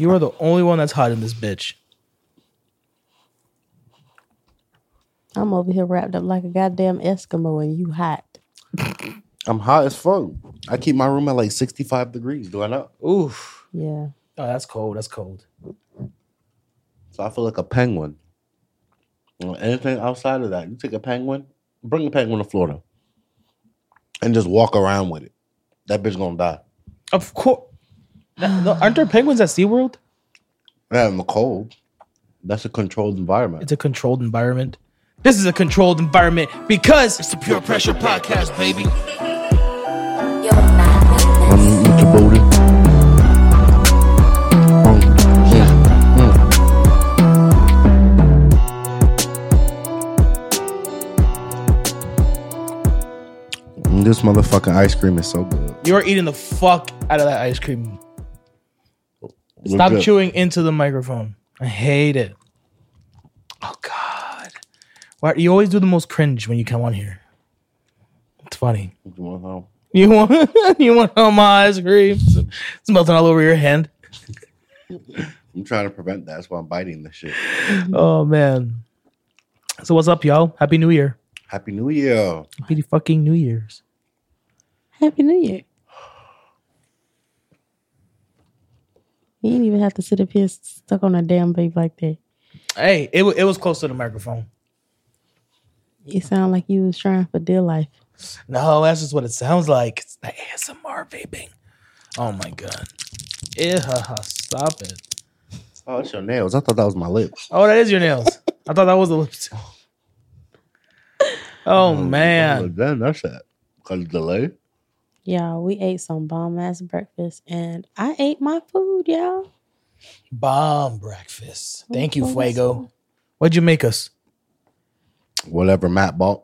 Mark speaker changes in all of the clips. Speaker 1: You are the only one that's hot in this bitch.
Speaker 2: I'm over here wrapped up like a goddamn Eskimo and you hot.
Speaker 3: I'm hot as fuck. I keep my room at like 65 degrees. Do I not?
Speaker 1: Oof.
Speaker 2: Yeah.
Speaker 1: Oh, that's cold. That's cold.
Speaker 3: So I feel like a penguin. Well, Anything outside of that, you take a penguin, bring a penguin to Florida, and just walk around with it. That bitch gonna die.
Speaker 1: Of course. No, aren't there penguins at SeaWorld?
Speaker 3: Yeah, in the cold. That's a controlled environment.
Speaker 1: It's a controlled environment. This is a controlled environment because
Speaker 4: It's the Pure Pressure Podcast, baby.
Speaker 5: You're not with us.
Speaker 3: Mm, it's a booty. Mm, mm, mm. Mm, This motherfucking ice cream is so good.
Speaker 1: you're eating the fuck out of that ice cream. Stop
Speaker 3: Legit.
Speaker 1: chewing into the microphone. I hate it. Oh God. Why you always do the most cringe when you come on here? It's funny.
Speaker 3: You want some?
Speaker 1: You want you want all my ice cream? It's melting all over your hand.
Speaker 3: I'm trying to prevent that. That's why I'm biting this shit.
Speaker 1: Oh man. So what's up, y'all? Happy New Year.
Speaker 3: Happy New Year.
Speaker 1: Happy fucking New Year's.
Speaker 2: Happy New Year. You didn't even have to sit up here stuck on a damn babe like that.
Speaker 1: Hey, it, wa- it was close to the microphone.
Speaker 2: It sounded like you was trying for dear life.
Speaker 1: No, that's just what it sounds like. It's the ASMR vaping. Oh my god. Ew, stop it.
Speaker 3: Oh, it's your nails. I thought that was my lips.
Speaker 1: Oh, that is your nails. I thought that was the lipstick. Oh man.
Speaker 3: Then that's that. Cause delay.
Speaker 2: Y'all, we ate some bomb ass breakfast and I ate my food, y'all.
Speaker 1: Bomb breakfast. Thank you,
Speaker 2: Oh,
Speaker 1: Fuego. What'd you make us?
Speaker 3: Whatever Matt bought.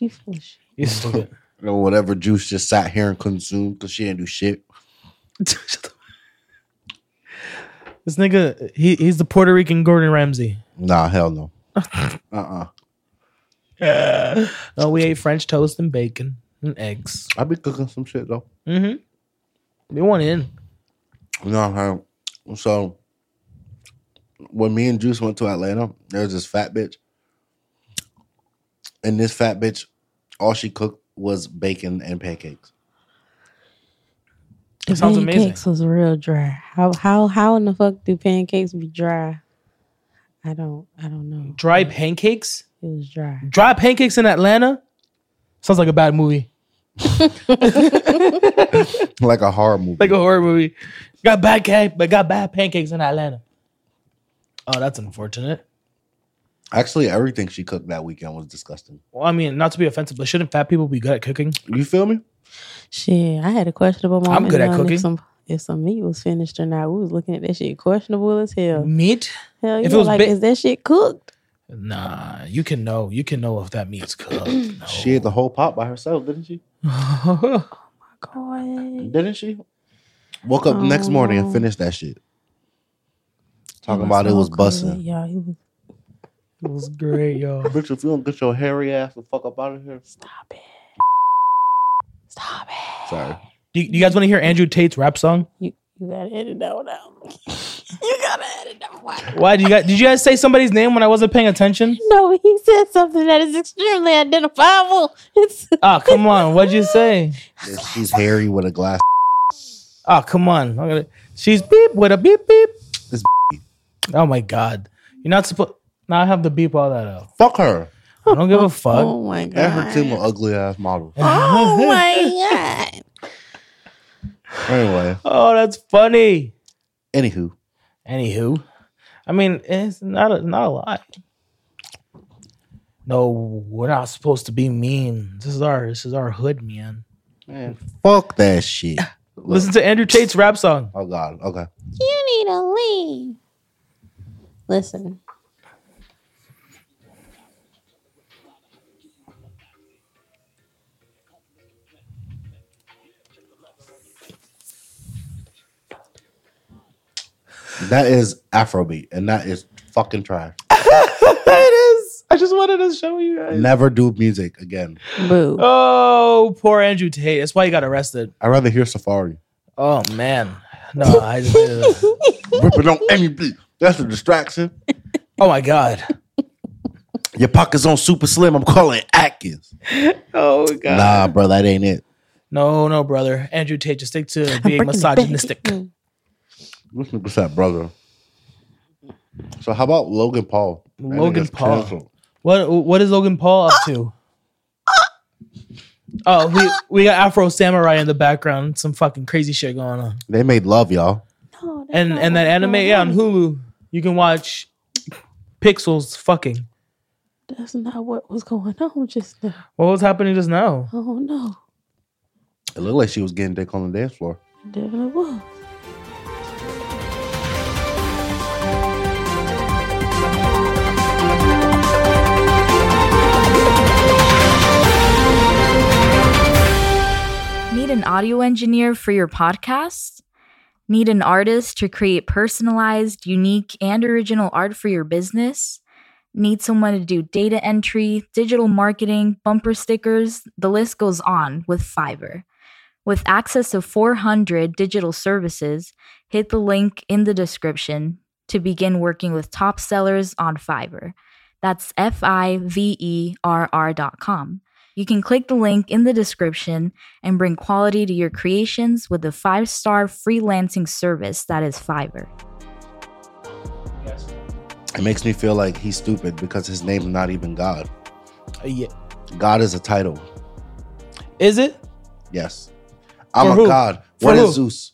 Speaker 2: You full of shit.
Speaker 1: You stupid.
Speaker 3: Or whatever juice just sat here and consumed because she didn't do shit.
Speaker 1: Shut the- this nigga, he, he's the Puerto Rican Gordon Ramsay.
Speaker 3: Nah, hell no. uh uh
Speaker 1: No, Uh, we ate French toast and bacon and eggs.
Speaker 3: I be cooking some shit though.
Speaker 1: Mm-hmm. We want in.
Speaker 3: You know what I'm saying? So when me and Juice went to Atlanta, there was this fat bitch. And this fat bitch, all she cooked was bacon and pancakes.
Speaker 2: The
Speaker 1: sounds amazing.
Speaker 2: pancakes was real dry. How how how in the fuck do pancakes be dry? I don't I don't know.
Speaker 1: Dry pancakes?
Speaker 2: It was dry.
Speaker 1: Dry pancakes in Atlanta? Sounds like a bad movie.
Speaker 3: Like a horror movie.
Speaker 1: like a horror movie. Got bad cake, but got bad pancakes in Atlanta. Oh, that's unfortunate.
Speaker 3: Actually, everything she cooked that weekend was disgusting.
Speaker 1: Well, I mean, not to be offensive, but shouldn't fat people be good at cooking?
Speaker 3: You feel me?
Speaker 2: Shit, I had a questionable moment.
Speaker 1: good at
Speaker 2: on
Speaker 1: cooking.
Speaker 2: If some, if some meat was finished or not, we was looking at that shit questionable as hell.
Speaker 1: Meat?
Speaker 2: Hell yeah,
Speaker 1: Mm. If it was
Speaker 2: like
Speaker 1: big-
Speaker 2: is that shit cooked?
Speaker 1: Nah, you can know. You can know if that meat's cooked. No.
Speaker 3: She ate the whole pot by herself, didn't she?
Speaker 2: God.
Speaker 3: Didn't she? Woke up the next morning and
Speaker 2: Oh.
Speaker 3: finished that shit. Talking
Speaker 2: It
Speaker 3: about it
Speaker 2: so
Speaker 3: was
Speaker 2: good,
Speaker 3: busting.
Speaker 2: Y'all, it was
Speaker 1: it was great, yo.
Speaker 3: Bitch, if you don't get your hairy ass the fuck up out of here.
Speaker 2: stop it. Stop it.
Speaker 3: Sorry.
Speaker 1: Do you, do you guys want to hear Andrew Tate's rap song?
Speaker 2: You you gotta edit that one out. you gotta edit that one. out.
Speaker 1: Why did you guys? Did you guys say somebody's name when I wasn't paying attention?
Speaker 2: No, he said something that is extremely identifiable. It's
Speaker 1: Ah, come on. What'd you say?
Speaker 3: If She's hairy with a glass.
Speaker 1: Ah, come on. I'm gonna- she's beep with a beep beep.
Speaker 3: This
Speaker 1: Oh my god. You're not supposed. Now I have to beep all that out.
Speaker 3: Fuck her.
Speaker 1: I don't give a fuck.
Speaker 2: oh my
Speaker 3: And her team
Speaker 2: god.
Speaker 3: of ugly ass models.
Speaker 2: Oh my god.
Speaker 3: Anyway,
Speaker 1: Oh, that's funny.
Speaker 3: anywho,
Speaker 1: Anywho, I mean, it's not a, not a lot. No, we're not supposed to be mean. This is our this is our hood, man.
Speaker 3: fuck that shit.
Speaker 1: Listen to Andrew Tate's rap song.
Speaker 3: Oh God. Okay.
Speaker 2: You need to leave. Listen.
Speaker 3: That is Afrobeat, and that is fucking trash.
Speaker 1: it is. I just wanted to show you. Guys.
Speaker 3: Never do music again.
Speaker 2: Boo.
Speaker 1: Oh, poor Andrew Tate. That's why he got arrested.
Speaker 3: I'd rather hear Safari.
Speaker 1: Oh man, No, I just. uh,
Speaker 3: Ripping on MEP. That's a distraction.
Speaker 1: oh my god.
Speaker 3: Your pockets on super slim. I'm calling Atkins.
Speaker 1: Oh god.
Speaker 3: Nah, bro, that ain't it.
Speaker 1: No, no, brother. Andrew Tate, just stick to being
Speaker 2: breaking it back.
Speaker 1: misogynistic.
Speaker 2: Mm.
Speaker 3: What's that, brother? So how about Logan Paul? That
Speaker 1: Logan
Speaker 3: nigga's
Speaker 1: Paul.
Speaker 3: canceled.
Speaker 1: What What is Logan Paul up to? Oh, we we got Afro Samurai in the background. Some fucking crazy shit going on.
Speaker 3: They made love, y'all.
Speaker 2: No, that's
Speaker 1: And
Speaker 2: not
Speaker 1: and that
Speaker 2: what's
Speaker 1: anime,
Speaker 2: going
Speaker 1: yeah,
Speaker 2: on.
Speaker 1: on Hulu, you can watch Pixels fucking.
Speaker 2: That's not what was going on just now.
Speaker 1: What was happening just now?
Speaker 2: Oh no,
Speaker 3: It looked like she was getting dick on the dance floor.
Speaker 2: it definitely was.
Speaker 6: Need an audio engineer for your podcast? Need an artist to create personalized, unique, and original art for your business? Need someone to do data entry, digital marketing, bumper stickers? The list goes on with Fiverr. With access to 400 digital services, hit the link in the description to begin working with top sellers on Fiverr. That's F I V E R R dot com. You can click the link in the description and bring quality to your creations with the five star freelancing service that is Fiverr.
Speaker 3: It makes me feel like he's stupid because his name's not even God.
Speaker 1: Uh, yeah.
Speaker 3: God is a title.
Speaker 1: Is it?
Speaker 3: Yes. I'm
Speaker 1: For
Speaker 3: a
Speaker 1: who?
Speaker 3: god.
Speaker 1: For
Speaker 3: What is
Speaker 1: who?
Speaker 3: Zeus?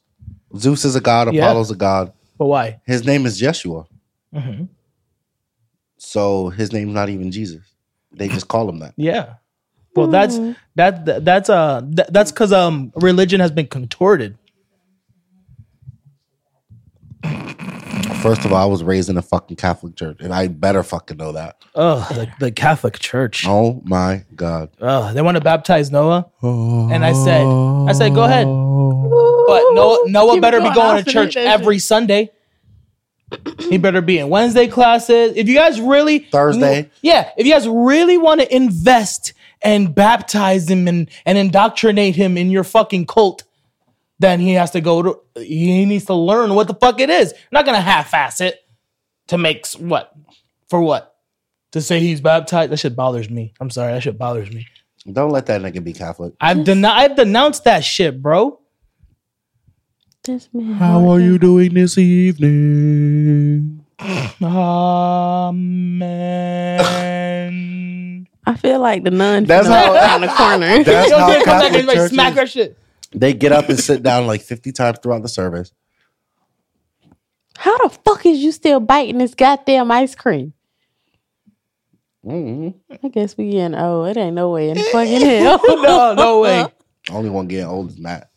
Speaker 3: Zeus is a god,
Speaker 1: Yeah.
Speaker 3: Apollo's a god.
Speaker 1: But why?
Speaker 3: His name is Yeshua.
Speaker 1: Mhm.
Speaker 3: So his name's not even Jesus. They just call him that.
Speaker 1: Yeah. Well, that's that, that that's uh that, that's because um religion has been contorted.
Speaker 3: First of all, I was raised in a fucking Catholic church, and I better fucking know that.
Speaker 1: Oh, the, the Catholic Church.
Speaker 3: Oh my God.
Speaker 1: Ugh, they want to baptize Noah, and I said, I said, go ahead, but Noah, Noah
Speaker 2: Keep
Speaker 1: better be
Speaker 2: going.
Speaker 1: going
Speaker 2: I'll
Speaker 1: to church
Speaker 2: finish that
Speaker 1: every Sunday. He better be in Wednesday classes. If you guys really
Speaker 3: Thursday.
Speaker 1: yeah, if you guys really want to invest and baptize him and and indoctrinate him in your fucking cult, then he has to go to he needs to learn what the fuck it is. You're not gonna half-ass it to make s- what for what to say he's baptized. That shit bothers me. I'm sorry, that shit bothers me.
Speaker 3: Don't let that nigga be Catholic.
Speaker 1: I've den- I've denounced that shit, bro.
Speaker 2: This man.
Speaker 3: doing this
Speaker 1: Mm.
Speaker 3: evening?
Speaker 1: Amen.
Speaker 2: I feel like the nun.
Speaker 3: That's
Speaker 2: That's
Speaker 3: how-
Speaker 2: around the corner.
Speaker 3: That's
Speaker 1: Yo,
Speaker 3: how
Speaker 1: dude, come back
Speaker 3: Catholic
Speaker 1: and like, smack
Speaker 3: churches,
Speaker 1: that shit.
Speaker 3: they get up and sit down like 50 times throughout the service.
Speaker 2: how the fuck is you still biting this goddamn ice cream?
Speaker 3: mm
Speaker 2: I guess we in. Oh, it ain't no way in fucking hell.
Speaker 1: No, no way.
Speaker 3: Only one getting old is Matt.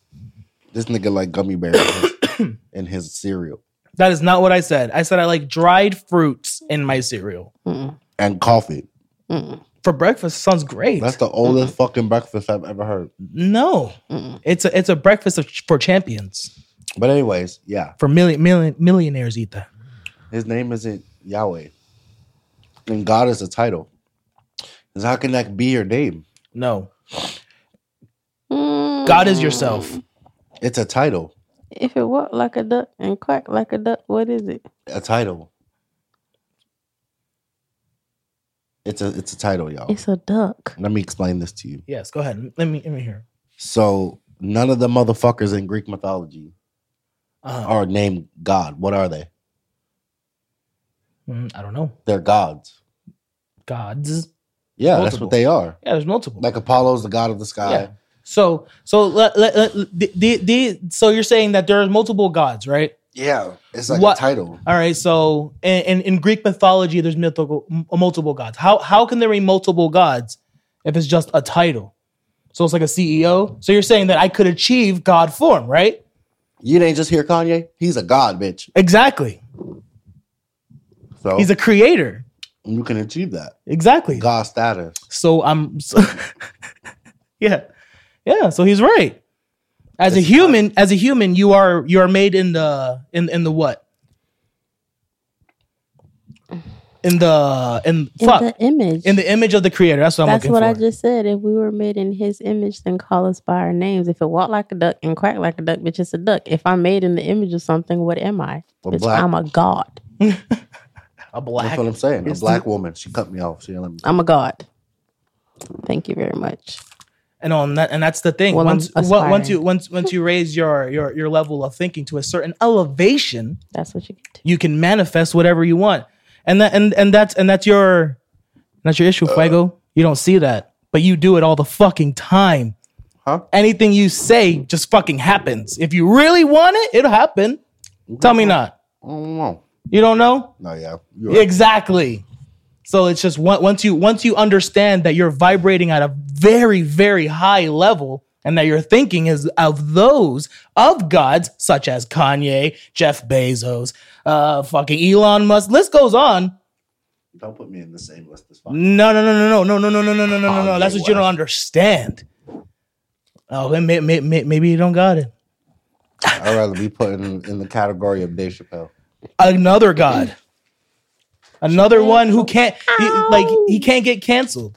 Speaker 3: This nigga like gummy bears in his cereal
Speaker 1: That is not what I said. I said I like dried fruits in my cereal
Speaker 2: Mm-mm,
Speaker 3: and coffee.
Speaker 2: mm-mm,
Speaker 1: for breakfast. Sounds great.
Speaker 3: That's the oldest fucking breakfast I've ever heard.
Speaker 1: no,
Speaker 2: mm-mm.
Speaker 1: it's a it's a breakfast of, for champions.
Speaker 3: But anyways, yeah,
Speaker 1: For million, million millionaires eat that.
Speaker 3: his name isn't Yahweh, and God is a title. 'Cause how can that be your name?
Speaker 1: No,
Speaker 2: Mm.
Speaker 1: God is yourself.
Speaker 3: It's a title,
Speaker 2: If it walk like a duck and quack like a duck, what is it?
Speaker 3: a title. It's a it's a title, y'all.
Speaker 2: It's a duck.
Speaker 3: Let me explain this to you.
Speaker 1: Yes, go ahead. Let me let me hear.
Speaker 3: So none of the motherfuckers in Greek mythology
Speaker 1: Uh,
Speaker 3: are named God. What are they?
Speaker 1: mm, I don't know.
Speaker 3: They're gods.
Speaker 1: Gods.
Speaker 3: Yeah, that's
Speaker 1: Multiple.
Speaker 3: what they are.
Speaker 1: Yeah, there's multiple.
Speaker 3: Like Apollo's the god of the sky.
Speaker 1: Yeah. So so let, let, let- the, the, the, so you're saying that there's multiple gods, right?
Speaker 3: Yeah, it's like
Speaker 1: What-
Speaker 3: a title.
Speaker 1: All right. So in, in, in Greek mythology, there's mythical m- multiple gods. How how can there be multiple gods if it's just a title? So it's like a CEO. So you're saying that I could achieve God form, right?
Speaker 3: You didn't just hear Kanye. He's a god, bitch.
Speaker 1: Exactly.
Speaker 3: So
Speaker 1: He's a creator.
Speaker 3: you can achieve that
Speaker 1: Exactly.
Speaker 3: god status.
Speaker 1: So I'm. So yeah, yeah. So he's right. As a human, as a human, you are you are made in the in in the what? in the in,
Speaker 2: In
Speaker 1: fuck
Speaker 2: the image.
Speaker 1: in the image of the creator. That's what I'm
Speaker 2: That's
Speaker 1: looking
Speaker 2: what
Speaker 1: for.
Speaker 2: I just said. If we were made in his image, then call us by our names. If it walked like a duck and quacked like a duck, bitch, it's a duck. If I'm made in the image of something, what am I?
Speaker 3: A
Speaker 2: Bitch,
Speaker 3: black-
Speaker 2: I'm a god.
Speaker 1: a
Speaker 3: That's
Speaker 1: black.
Speaker 3: what I'm saying. A
Speaker 1: It's
Speaker 3: black woman. She cut me off. She didn't let me.
Speaker 2: I'm a god. Thank you very much.
Speaker 1: and on that and that's the thing
Speaker 2: Well, I'm
Speaker 1: once wa- once
Speaker 2: aspiring.
Speaker 1: you once once you raise your your your level of thinking to a certain elevation
Speaker 2: That's what you get to.
Speaker 1: you can manifest whatever you want and that and and that's and that's your that's your issue fuego you don't see that but you do it all the fucking time
Speaker 3: Huh?
Speaker 1: anything you say just fucking happens if you really want it it'll happen tell me not
Speaker 3: I don't know.
Speaker 1: you don't know
Speaker 3: No, yeah. You're right.
Speaker 1: Exactly. So it's just on- once you once you understand that you're vibrating at a very very high level and that your thinking is of those of gods such as Kanye, Jeff Bezos, uh fucking Elon Musk. List goes on.
Speaker 3: Don't put me in the same list as fuck.
Speaker 1: No, no, no, no, no, no, no, no, no, no, no, no, no. That's what you don't understand. Oh, then may- may- may- maybe you don't got it.
Speaker 3: I'd rather be put in, in the category of Dave Chappelle.
Speaker 1: Another god. Another one who can't he- like he can't get canceled.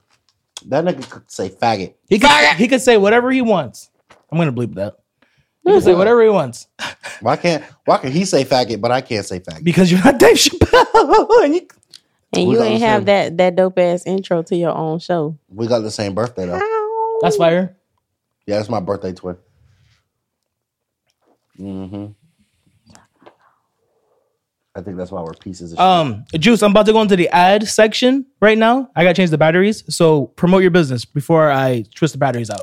Speaker 3: That nigga could say faggot.
Speaker 1: He could, he could say whatever he wants. I'm gonna bleep that. He can say whatever he wants
Speaker 3: Why can't why can he say faggot but I can't say faggot?
Speaker 1: because you're not Dave Chappelle. and you,
Speaker 2: And
Speaker 3: We
Speaker 2: you
Speaker 3: got
Speaker 2: ain't
Speaker 3: the
Speaker 2: have
Speaker 3: same.
Speaker 2: that that dope ass intro to your own show.
Speaker 3: We got the same birthday though.
Speaker 1: that's fire.
Speaker 3: Yeah, that's my birthday twin. hmm I think that's why we're pieces of
Speaker 1: Um, Juice, I'm about to go into the ad section right now. I gotta change the batteries, so promote your business before I twist the batteries out.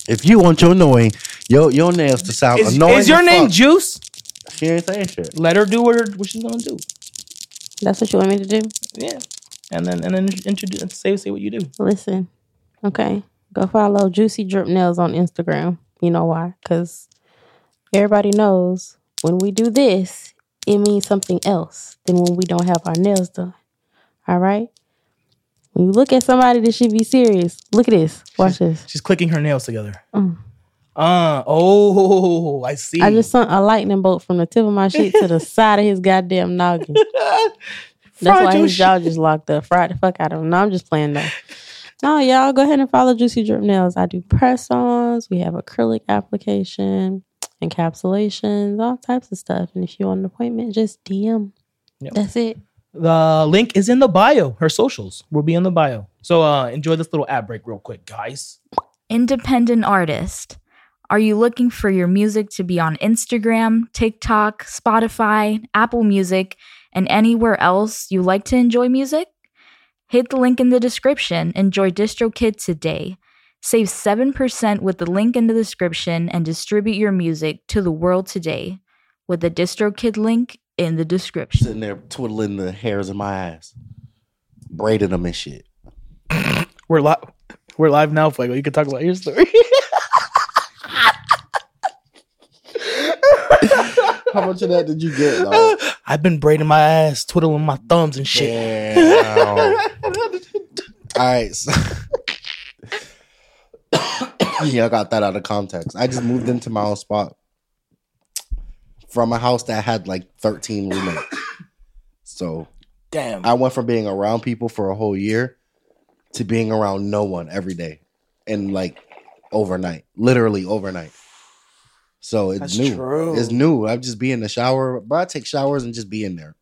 Speaker 3: shit. If you want your annoying, your your nails to sound
Speaker 1: Is,
Speaker 3: annoying.
Speaker 1: is your
Speaker 3: as
Speaker 1: name
Speaker 3: fuck,
Speaker 1: Juice?
Speaker 3: She ain't saying shit.
Speaker 1: Let her do what, her, what she's gonna do.
Speaker 2: That's what you want me to do?
Speaker 1: Yeah, and then and then introduce and say say what you do.
Speaker 2: Listen, okay. Go follow Juicy Drip Nails on Instagram. You know why? Because everybody knows when we do this, it means something else than when we don't have our nails done. All right? When you look at somebody that should be serious, look at this. Watch this.
Speaker 1: She's clicking her nails together.
Speaker 2: Mm.
Speaker 1: Uh oh, I see.
Speaker 2: I just sent a lightning bolt from the tip of my sheet to the side of his goddamn noggin. That's
Speaker 1: Fried
Speaker 2: why
Speaker 1: your
Speaker 2: his
Speaker 1: shit.
Speaker 2: jaw just locked up. Fried the fuck out of him. No, I'm just playing though. No, y'all go ahead and follow Juicy Drip Nails. I do press ons. We have acrylic application, encapsulations, all types of stuff. And if you want an appointment, just DM.
Speaker 1: Yep.
Speaker 2: That's it.
Speaker 1: The link is in the bio. Her socials will be in the bio. So uh, enjoy this little ad break real quick, guys.
Speaker 6: Independent artist. Are you looking for your music to be on Instagram, TikTok, Spotify, Apple Music, and anywhere else you like to enjoy music? Hit the link in the description and join DistroKid today. Save 7% with the link in the description and distribute your music to the world today with the DistroKid link in the description.
Speaker 3: Sitting there twiddling the hairs in my ass. Braiding them and shit.
Speaker 1: We're live. We're live now, Fuego. You can talk about your story.
Speaker 3: How much of that did you get though?
Speaker 1: I've been braiding my ass, twiddling my thumbs and shit.
Speaker 3: Damn. All right. So yeah, I got that out of context. I just moved into my own spot from a house that had like 13 roommates. So
Speaker 1: Damn.
Speaker 3: I went from being around people for a whole year to being around no one every day and like overnight, literally overnight. So it's
Speaker 1: That's
Speaker 3: new.
Speaker 1: true.
Speaker 3: It's new. I just be in the shower, but I take showers and just be in there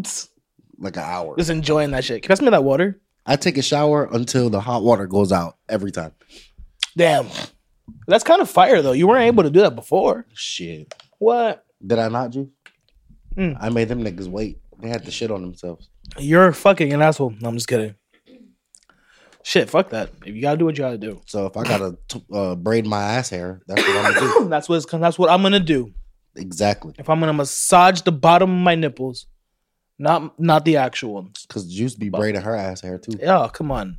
Speaker 1: Just
Speaker 3: like an hour.
Speaker 1: enjoying that shit. Can you pass me that water?
Speaker 3: I take a shower until the hot water goes out every time.
Speaker 1: Damn. That's kind of fire though. You weren't able to do that before.
Speaker 3: Shit.
Speaker 1: What?
Speaker 3: Did I not, G? I
Speaker 1: Mm.
Speaker 3: made them niggas wait. They had to shit on themselves.
Speaker 1: You're fucking an asshole. No, I'm just kidding. Shit, fuck that. If you gotta do what you gotta do,
Speaker 3: So if I gotta t- uh, braid my ass hair, that's what I'm gonna do.
Speaker 1: that's what it's, that's what I'm gonna do.
Speaker 3: Exactly.
Speaker 1: If I'm gonna massage the bottom of my nipples, not not the actual ones.
Speaker 3: Cause Juice be braiding her ass hair too.
Speaker 1: Oh, come on.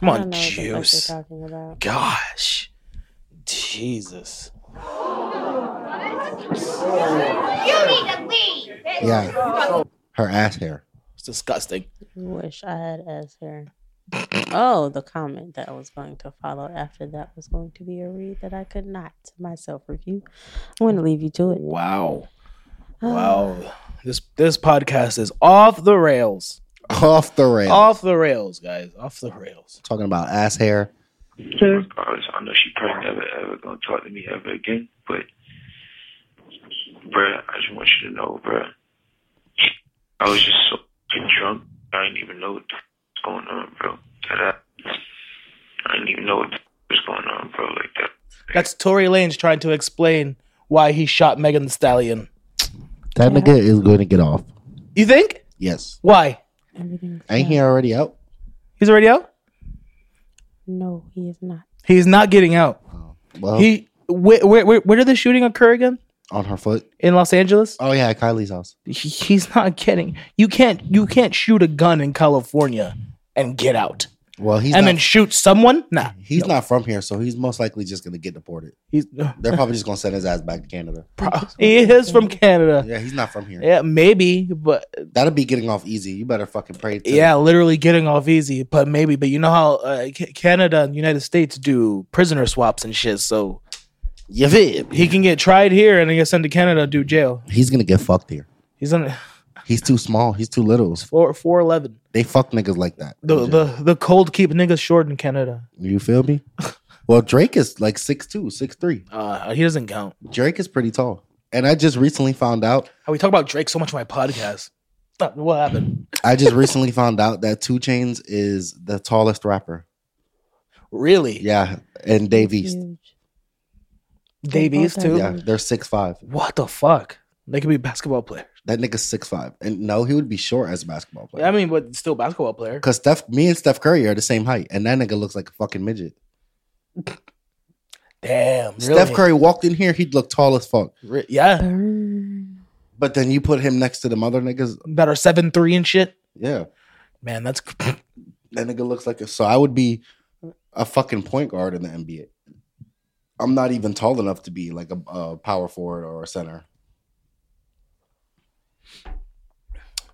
Speaker 1: Come
Speaker 2: I don't
Speaker 1: on,
Speaker 2: know what the fuck you're
Speaker 1: juice.
Speaker 2: talking about.
Speaker 1: Gosh. Jesus.
Speaker 3: Yeah. Her ass hair.
Speaker 1: It's disgusting.
Speaker 2: Wish I had as hair. Oh, the comment that was going to follow after that was going to be a read that I could not myself review. I'm going to leave you to it.
Speaker 1: Wow. Wow. This this podcast is off the rails.
Speaker 3: Off the rail.
Speaker 1: Off the rails, guys. Off the rails.
Speaker 3: Talking about ass hair.
Speaker 7: regardless, I know she probably never ever gonna talk to me ever again. But, bruh, I just want you to know, bruh, I was just so fucking drunk. I didn't even know what the f- was going on, bro. That I, I didn't even know what the f- was going on, bro. Like that.
Speaker 1: That's Tory Lanez trying to explain why he shot Megan the Stallion.
Speaker 3: That nigga is going to get off.
Speaker 1: You think?
Speaker 3: Yes.
Speaker 1: Why?
Speaker 2: Everything's
Speaker 3: Ain't he already out?
Speaker 1: He's already out?
Speaker 2: No, he is not.
Speaker 1: He's not getting out.
Speaker 3: Well,
Speaker 1: He where, where where where did the shooting occur again?
Speaker 3: on her foot.
Speaker 1: In Los Angeles?
Speaker 3: Oh yeah, at Kylie's house.
Speaker 1: He- He's not getting. You can't you can't shoot a gun in California and get out.
Speaker 3: Well, he's
Speaker 1: and
Speaker 3: not,
Speaker 1: then shoot someone? Nah.
Speaker 3: he's not from here, so he's most likely just gonna get deported.
Speaker 1: He's
Speaker 3: They're probably just gonna send his ass back to Canada.
Speaker 1: he is from Canada.
Speaker 3: Yeah, he's not from here.
Speaker 1: Yeah, maybe, but
Speaker 3: That'll be getting off easy. You better fucking pray. To
Speaker 1: yeah, literally getting off easy. But maybe, but you know how uh, C- Canada and United States do prisoner swaps and shit. So
Speaker 3: Yeah, babe.
Speaker 1: he can get tried here and then get sent to Canada and do jail.
Speaker 3: He's gonna get fucked here.
Speaker 1: He's on
Speaker 3: He's too small. He's too little.
Speaker 1: four four eleven.
Speaker 3: They fuck niggas like that.
Speaker 1: The the the cold keep niggas short in Canada.
Speaker 3: you feel me? Well, Drake is like 6'2", 6'3".
Speaker 1: Uh, he doesn't count.
Speaker 3: Drake is pretty tall. And I just recently found out.
Speaker 1: How we talk about Drake so much on my podcast. Stop, What happened?
Speaker 3: I just recently found out that Two Chains is the tallest rapper.
Speaker 1: Really?
Speaker 3: Yeah, and Dave East.
Speaker 2: Huge.
Speaker 1: Davies too.
Speaker 3: Yeah, they're six five.
Speaker 1: What the fuck? They could be basketball players.
Speaker 3: That nigga's six five. And no, he would be short as a basketball player.
Speaker 1: I mean, but still basketball player.
Speaker 3: Cause Steph, me and Steph Curry are the same height, and that nigga looks like a fucking midget.
Speaker 1: Damn.
Speaker 3: Steph
Speaker 1: really?
Speaker 3: Curry walked in here, he'd look tall as fuck.
Speaker 1: Re- Yeah.
Speaker 2: Burn.
Speaker 3: But then you put him next to the mother niggas,
Speaker 1: That are seven three and shit.
Speaker 3: yeah,
Speaker 1: Man, that's
Speaker 3: that nigga looks like a. So I would be a fucking point guard in the NBA. I'm not even tall enough to be like a, a power forward or a center.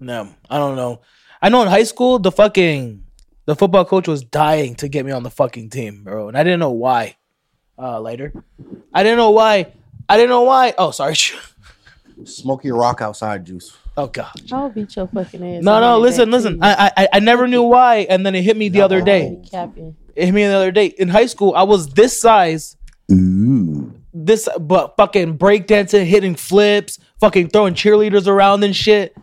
Speaker 1: No, I don't know. I know in high school the fucking the football coach was dying to get me on the fucking team, bro, and I didn't know why. Uh, later, I didn't know why. I didn't know why. Oh, sorry.
Speaker 3: Smoke your rock outside, juice.
Speaker 1: Oh god.
Speaker 2: I'll beat your fucking ass.
Speaker 1: No, no.
Speaker 2: I'm gonna
Speaker 1: Listen,
Speaker 2: back
Speaker 1: listen.
Speaker 2: to you.
Speaker 1: I, I I never knew why, and then it hit me the other day.
Speaker 2: Already capping.
Speaker 1: It hit me the other day. In high school, I was this size. This, but fucking breakdancing, hitting flips, fucking throwing cheerleaders around and shit.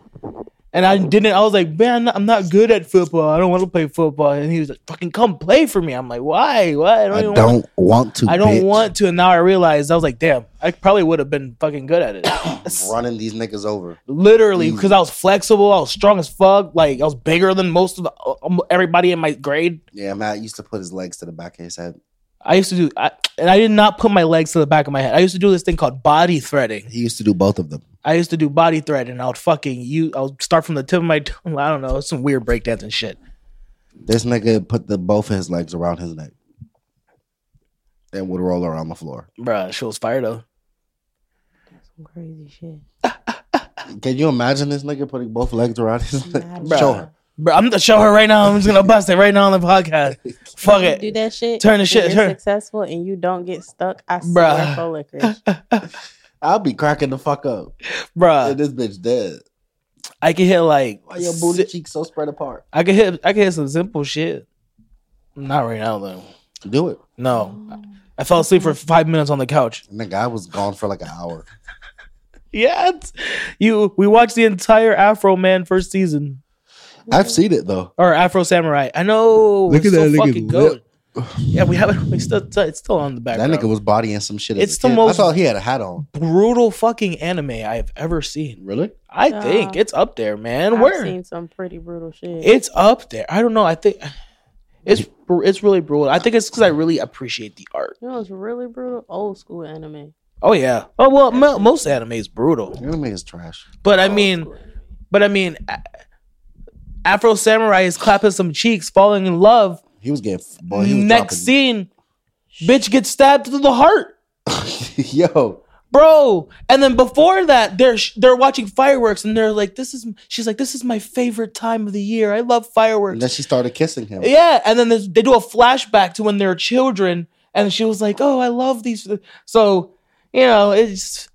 Speaker 1: And I didn't, I was like, man, I'm not, I'm not good at football. I don't want to play football. And he was like, fucking come play for me. I'm like, why? Why?
Speaker 3: I
Speaker 1: even
Speaker 3: don't,
Speaker 1: want-
Speaker 3: want to.
Speaker 1: I don't
Speaker 3: bitch.
Speaker 1: want to. And now I realized, I was like, damn, I probably would have been fucking good at it.
Speaker 3: running these niggas over.
Speaker 1: Literally, because I was flexible, I was strong as fuck. Like, I was bigger than most of the, um, everybody in my grade.
Speaker 3: Yeah, Matt used to put his legs to the back of his head.
Speaker 1: I used to do, I, and I did not put my legs to the back of my head. I used to do this thing called body threading.
Speaker 3: He used to do both of them.
Speaker 1: I used to do body thread, and I would fucking you. I would start from the tip of my. I don't know. It's some weird breakdancing shit.
Speaker 3: This nigga put the both of his legs around his neck and would roll around the floor.
Speaker 1: Bruh, she was fire though.
Speaker 2: Some crazy shit.
Speaker 3: Can you imagine this nigga putting both legs around his neck?
Speaker 2: Nah,
Speaker 3: Show
Speaker 2: nah.
Speaker 3: her.
Speaker 1: Bruh, I'm gonna show her right now. I'm just gonna bust it right now on the podcast. Fuck
Speaker 2: You do
Speaker 1: it.
Speaker 2: that shit.
Speaker 1: Turn the
Speaker 2: and
Speaker 1: shit-
Speaker 2: You're
Speaker 1: turn-
Speaker 2: successful and you don't get stuck. I
Speaker 1: Bruh. Oh,
Speaker 2: swear, for licorice.
Speaker 3: I'll be cracking the fuck up. and
Speaker 1: Bruh,
Speaker 3: this bitch dead.
Speaker 1: I can hit like.
Speaker 3: Why your booty
Speaker 1: si-
Speaker 3: cheeks so spread apart?
Speaker 1: I can hit. I can hit some simple shit. Not right now though.
Speaker 3: Do it.
Speaker 2: Oh.
Speaker 1: No, I fell asleep for five minutes on the couch.
Speaker 3: Nigga, I was gone for like an hour.
Speaker 1: Yeah, it's- you. We watched the entire Afro Man first season
Speaker 3: I've seen it though.
Speaker 1: or Afro Samurai. I know.
Speaker 3: Look
Speaker 1: it's
Speaker 3: at
Speaker 1: so
Speaker 3: that nigga's
Speaker 1: fucking good. Yeah, we haven't. We still. It's still on the
Speaker 3: That
Speaker 1: background.
Speaker 3: nigga was bodying some shit. as
Speaker 1: It's
Speaker 3: a
Speaker 1: the
Speaker 3: kid.
Speaker 1: most-
Speaker 3: I thought he had a hat on.
Speaker 1: brutal fucking anime I have ever seen.
Speaker 3: Really?
Speaker 1: I
Speaker 2: Yeah.
Speaker 1: think it's up there, man.
Speaker 2: I've
Speaker 1: Where
Speaker 2: seen some pretty brutal shit.
Speaker 1: it's up there. I don't know. I think it's it's really brutal. I think it's because I really appreciate the art.
Speaker 2: you know, it's really brutal. Old school anime.
Speaker 1: Oh yeah. Oh well, mo- most anime is brutal,
Speaker 3: Anime is trash.
Speaker 1: but
Speaker 2: Oh,
Speaker 1: I mean, but I mean, a- Afro Samurai is clapping some cheeks, falling in love.
Speaker 3: He was getting boy, he was
Speaker 1: Next
Speaker 3: dropping-
Speaker 1: scene, bitch gets stabbed through the heart.
Speaker 3: Yo.
Speaker 1: bro. And then before that, they're they're watching fireworks, and they're like, "This is." She's like, "This is my favorite time of the year. I love
Speaker 3: And
Speaker 1: fireworks."
Speaker 3: then she started kissing him.
Speaker 1: yeah, and then there's- they do a flashback to when they were children, and she was like, "Oh, I love these." So you know, it's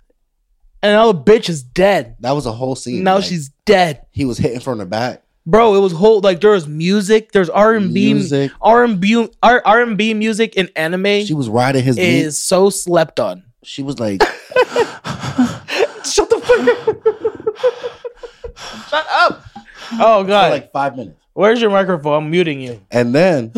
Speaker 1: and another bitch is dead.
Speaker 3: That was a whole scene.
Speaker 1: now
Speaker 3: like,
Speaker 1: she's dead,
Speaker 3: he was hitting from the back.
Speaker 1: bro. It was whole like there was music, there's R and B,
Speaker 3: Music.
Speaker 1: R and B, R and B music in anime
Speaker 3: She was riding his. Is,
Speaker 1: is so slept on.
Speaker 3: she was like,
Speaker 1: Shut the fuck up. Shut up. Oh
Speaker 3: for
Speaker 1: god,
Speaker 3: like five minutes,
Speaker 1: where's your microphone? I'm muting you.
Speaker 3: and then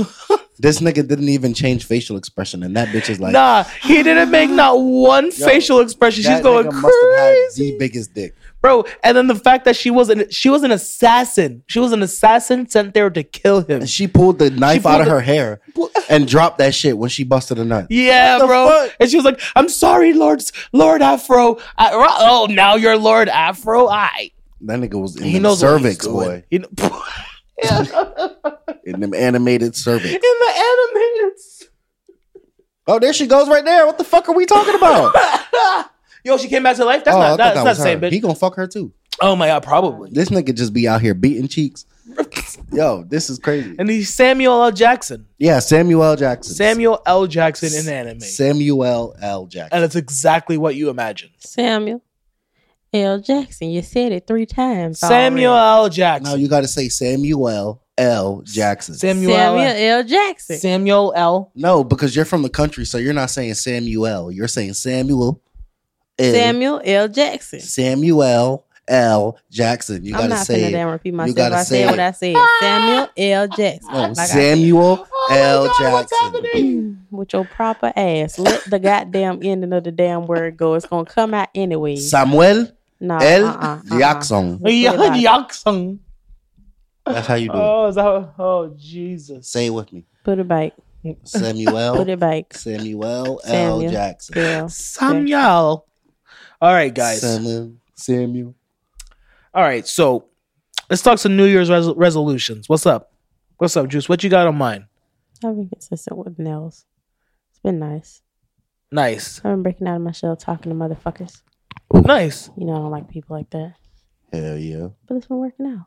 Speaker 3: this nigga didn't even change facial expression, and that bitch is like,
Speaker 1: nah, he didn't make not one facial expression.
Speaker 3: that
Speaker 1: She's going
Speaker 3: nigga must have had
Speaker 1: crazy,
Speaker 3: the biggest dick.
Speaker 1: bro. And then the fact that she was an she was an assassin. She was an assassin sent there to kill him.
Speaker 3: And she pulled the knife
Speaker 1: pulled
Speaker 3: out of
Speaker 1: the-
Speaker 3: her hair and dropped that shit when she busted a nut.
Speaker 1: Yeah,
Speaker 3: the
Speaker 1: bro.
Speaker 3: fuck?
Speaker 1: And she was like, "I'm sorry, Lord, Lord Afro. I, ro- oh, now you're Lord Afro. I
Speaker 3: That nigga was in
Speaker 1: he
Speaker 3: them
Speaker 1: knows what he's
Speaker 3: cervix,
Speaker 1: doing.
Speaker 3: boy,
Speaker 1: He kn-
Speaker 3: in them animated cervix.
Speaker 1: in the animated.
Speaker 3: Oh, there she goes right there. What the fuck are we talking about?
Speaker 1: Yo, she came back to life. That's
Speaker 3: oh,
Speaker 1: not
Speaker 3: I thought
Speaker 1: that's not
Speaker 3: was
Speaker 1: the same
Speaker 3: her.
Speaker 1: bitch.
Speaker 3: He gonna fuck her too.
Speaker 1: oh my god, probably.
Speaker 3: This nigga just be out here beating cheeks. Yo, this is crazy.
Speaker 1: And he's Samuel L. Jackson.
Speaker 3: Yeah, Samuel L. Jackson.
Speaker 1: Samuel L. Jackson in anime,
Speaker 3: Samuel L. Jackson.
Speaker 1: and it's exactly what you imagine.
Speaker 3: Oh,
Speaker 2: Samuel L. Jackson. You said it three times.
Speaker 1: Samuel
Speaker 2: already.
Speaker 1: L.
Speaker 3: Now
Speaker 1: Jackson.
Speaker 3: you got to say Samuel L. Jackson.
Speaker 1: Samuel,
Speaker 2: Samuel
Speaker 1: L.
Speaker 2: L. Jackson.
Speaker 1: Samuel L.
Speaker 3: no, because you're from the country, so you're not saying Samuel. You're saying Samuel. L.
Speaker 2: Samuel L. Jackson.
Speaker 3: Samuel L. Jackson. You
Speaker 2: I'm
Speaker 3: gotta
Speaker 2: not
Speaker 3: say
Speaker 2: finna
Speaker 3: it.
Speaker 2: damn repeat myself.
Speaker 3: gotta
Speaker 2: I
Speaker 3: say
Speaker 2: said what
Speaker 3: it.
Speaker 2: I
Speaker 3: Oh,
Speaker 2: said. Samuel L. Jackson.
Speaker 3: No,
Speaker 2: I
Speaker 3: Samuel
Speaker 1: Oh
Speaker 3: L. Jackson.
Speaker 2: said. With your proper ass. Let the goddamn ending of the damn word go. It's gonna come out anyway.
Speaker 3: Samuel
Speaker 1: Uh,
Speaker 2: Nah,
Speaker 3: L.
Speaker 2: uh-uh, uh-uh.
Speaker 3: Jackson.
Speaker 2: Relax.
Speaker 1: Yakson.
Speaker 3: That's how you do it.
Speaker 1: Oh, is that, oh Jesus.
Speaker 3: Say it with me.
Speaker 2: Put it back. Put
Speaker 3: Samuel.
Speaker 2: it back.
Speaker 3: Samuel L.
Speaker 2: Samuel.
Speaker 3: Jackson.
Speaker 2: L.
Speaker 1: Samuel. All right, guys.
Speaker 3: Samuel. Samuel.
Speaker 1: All right, so let's talk some New Year's res- resolutions. What's up? What's up, Juice? What you got on mind?
Speaker 2: I've been consistent with nails. It's been nice.
Speaker 1: Nice,
Speaker 2: I've been breaking out of my shell talking to motherfuckers.
Speaker 1: nice.
Speaker 2: You know, I don't like people like that.
Speaker 3: Hell yeah.
Speaker 2: But it's been working out.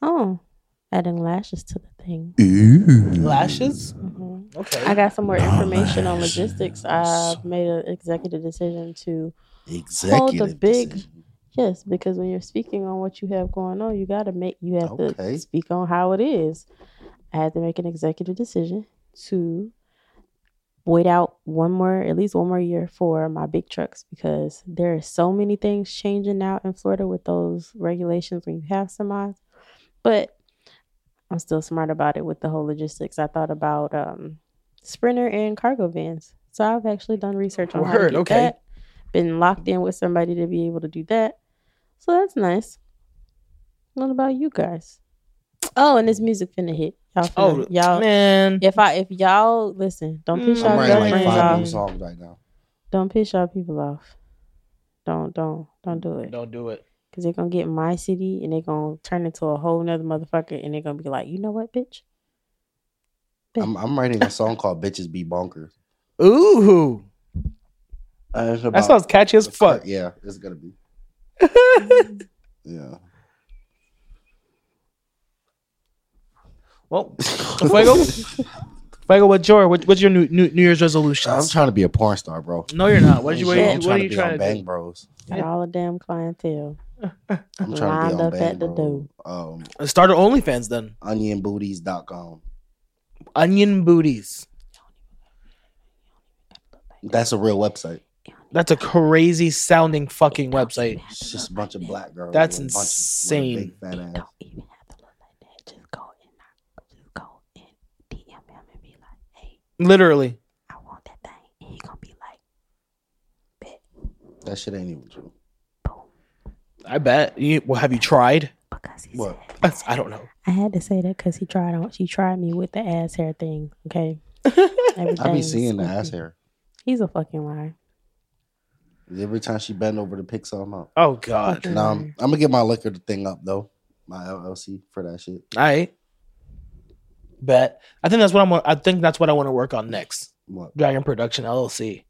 Speaker 2: Oh, adding lashes to the thing.
Speaker 1: Lashes.
Speaker 2: Mhm.
Speaker 1: Okay.
Speaker 2: I got some more information on logistics. I've made an executive decision to
Speaker 3: Executive.
Speaker 2: big-
Speaker 3: decision.
Speaker 2: yes, because when you're speaking on what you have going on, you got to make you have
Speaker 3: Okay.
Speaker 2: to speak on how it is. I had to make an executive decision to wait out one more, at least one more year for my big trucks because there are so many things changing now in Florida with those regulations when you have semis. But I'm still smart about it with the whole logistics. I thought about um, Sprinter and cargo vans. So I've actually done research on how to
Speaker 1: Word,
Speaker 2: get
Speaker 1: okay.
Speaker 2: that. Been locked in with somebody to be able to do that. So that's nice. What about you guys? Oh, and this music finna hit. Y'all finna,
Speaker 1: Oh,
Speaker 2: y'all
Speaker 1: man.
Speaker 2: if I if y'all listen, don't piss
Speaker 1: Mm.
Speaker 3: I'm
Speaker 2: y'all
Speaker 1: Right,
Speaker 3: writing like
Speaker 2: girlfriends
Speaker 3: five
Speaker 2: off.
Speaker 3: new songs right now.
Speaker 2: Don't piss y'all people off. Don't don't don't do it.
Speaker 1: Don't do it.
Speaker 2: Cause they're gonna get my city and they're gonna turn into a whole nother motherfucker and they're gonna be like, you know what, bitch?
Speaker 3: I'm, I'm writing a song called Bitches Be Bonkers.
Speaker 1: Ooh,
Speaker 3: Uh, it's
Speaker 1: that
Speaker 3: about-
Speaker 1: sounds catchy as fuck.
Speaker 3: Yeah, it's gonna be. Yeah.
Speaker 1: Well, Fuego, Fuego, what's your what, what's your new, new New Year's resolution?
Speaker 3: I'm trying to be a porn star, bro.
Speaker 1: No, you're not. What, you, what,
Speaker 3: I'm
Speaker 1: you-
Speaker 2: Shit.
Speaker 1: what
Speaker 3: trying
Speaker 1: are
Speaker 3: to
Speaker 1: you
Speaker 3: be
Speaker 1: trying
Speaker 3: on
Speaker 1: to
Speaker 3: Bang
Speaker 1: do?
Speaker 3: Bros.
Speaker 2: Got all the damn clientele.
Speaker 3: I'm trying to
Speaker 2: Lined
Speaker 3: be on
Speaker 2: up
Speaker 3: Bang
Speaker 2: at the
Speaker 3: Bros. Um,
Speaker 1: Start an OnlyFans then.
Speaker 3: onionbooties.com.
Speaker 1: Onion booties.
Speaker 3: That's a real website.
Speaker 1: That's a crazy sounding fucking website.
Speaker 3: It's just a bunch of black girls.
Speaker 1: That's
Speaker 3: with a bunch
Speaker 1: insane.
Speaker 3: Of, with a big fat ass.
Speaker 2: Don't even have to look like that. Just go and knock. Just go and DM him and be like, hey,
Speaker 1: Literally.
Speaker 2: I want that thing. And he gonna be like,
Speaker 3: That shit ain't even true.
Speaker 1: I bet. You, well, have you tried?
Speaker 2: because he's
Speaker 3: What?
Speaker 1: I don't know.
Speaker 2: I had to say that because he tried on she tried me with the ass hair thing. Okay.
Speaker 3: I be
Speaker 2: Everything's-
Speaker 3: seeing the ass hair.
Speaker 2: He's a fucking liar.
Speaker 3: Every time she bend over to pick something up.
Speaker 1: Oh God.
Speaker 2: Fucking liar.
Speaker 3: Nah, I'm, I'm gonna get my liquor thing up though. My LLC for that shit.
Speaker 1: All right. Bet. I think that's what I'm. I think that's what I want to work on next.
Speaker 3: What?
Speaker 1: Dragon Production LLC.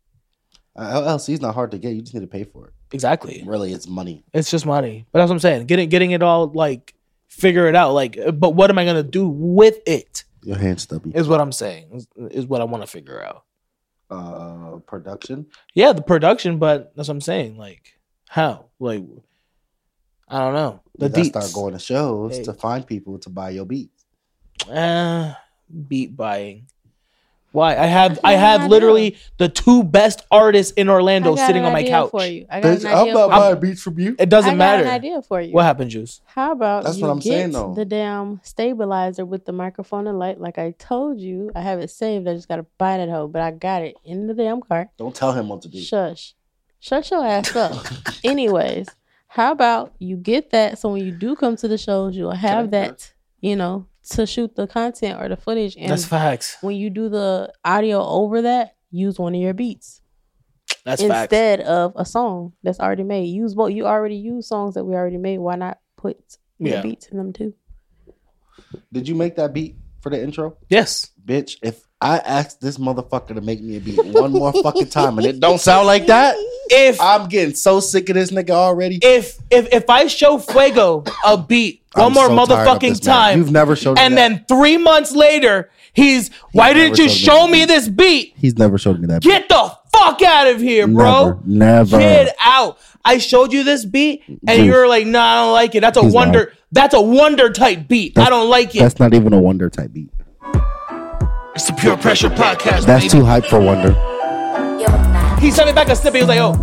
Speaker 3: Uh, LLC is not hard to get. You just need to pay for it.
Speaker 1: Exactly.
Speaker 3: Really, it's money.
Speaker 1: It's just money. But that's what I'm saying. Getting getting it all like figure it out. Like, but what am I gonna do with it?
Speaker 3: Your hand stubby.
Speaker 1: Is what I'm saying. Is, is what I want to figure out.
Speaker 3: uh, production.
Speaker 1: Yeah, the production, but that's what I'm saying. Like, how? Like, I don't know. The
Speaker 3: you gotta
Speaker 1: deets.
Speaker 3: start going to shows
Speaker 1: Hey.
Speaker 3: to find people to buy your beats.
Speaker 1: Uh, beat buying. Why? I have I
Speaker 2: Yeah, I
Speaker 1: have
Speaker 2: know.
Speaker 1: literally the two best artists in Orlando
Speaker 2: I got
Speaker 1: sitting
Speaker 2: an
Speaker 1: on my
Speaker 2: idea
Speaker 1: couch.
Speaker 2: For you. I got an
Speaker 3: Bitch,
Speaker 2: idea
Speaker 3: I'm not
Speaker 2: for you.
Speaker 3: buying beats from you.
Speaker 1: It doesn't
Speaker 2: I got
Speaker 1: matter.
Speaker 2: An idea for you.
Speaker 1: What happened, Juice?
Speaker 2: How about
Speaker 3: That's
Speaker 2: you
Speaker 3: what I'm
Speaker 2: get
Speaker 3: saying, though.
Speaker 2: the damn stabilizer with the microphone and light? Like I told you, I have it saved. I just gotta buy that hoe, but I got it in the damn cart.
Speaker 3: Don't tell him what to do.
Speaker 2: Shush, shut your ass up. Anyways, how about you get that so when you do come to the shows, you'll have that. You know, to shoot the content or the footage, and
Speaker 1: That's facts.
Speaker 2: when you do the audio over that, use one of your beats
Speaker 1: That's facts.
Speaker 2: instead of a song that's already made. Use both. You already use songs that we already made. Why not put your
Speaker 1: Yeah.
Speaker 2: beats in them too?
Speaker 3: Did you make that beat for the intro?
Speaker 1: Yes.
Speaker 3: Bitch, if I ask this motherfucker to make me a beat one more fucking time and it don't sound like that,
Speaker 1: If
Speaker 3: I'm getting so sick of this nigga already.
Speaker 1: if if if I show Fuego a beat one
Speaker 3: I'm
Speaker 1: more
Speaker 3: so tired of
Speaker 1: motherfucking
Speaker 3: this man. You've
Speaker 1: time,
Speaker 3: never showed me
Speaker 1: and
Speaker 3: that.
Speaker 1: then three months later he's why
Speaker 3: never
Speaker 1: didn't you
Speaker 3: showed me
Speaker 1: show me
Speaker 3: that beat."
Speaker 1: this beat?
Speaker 3: he's never showed me that. beat.
Speaker 1: Get the fuck out of here, bro.
Speaker 3: Never. never.
Speaker 1: Get out. I showed you this beat and
Speaker 3: Juice.
Speaker 1: you were like, no, I don't like it. That's a
Speaker 3: He's
Speaker 1: wonder that's a wonder type beat. I don't like it.
Speaker 3: That's not even a wonder type beat.
Speaker 4: It's the Pure Pressure Podcast,
Speaker 3: That's
Speaker 4: baby.
Speaker 3: too hype for wonder.
Speaker 1: He sent me back a snippet. He was like, oh.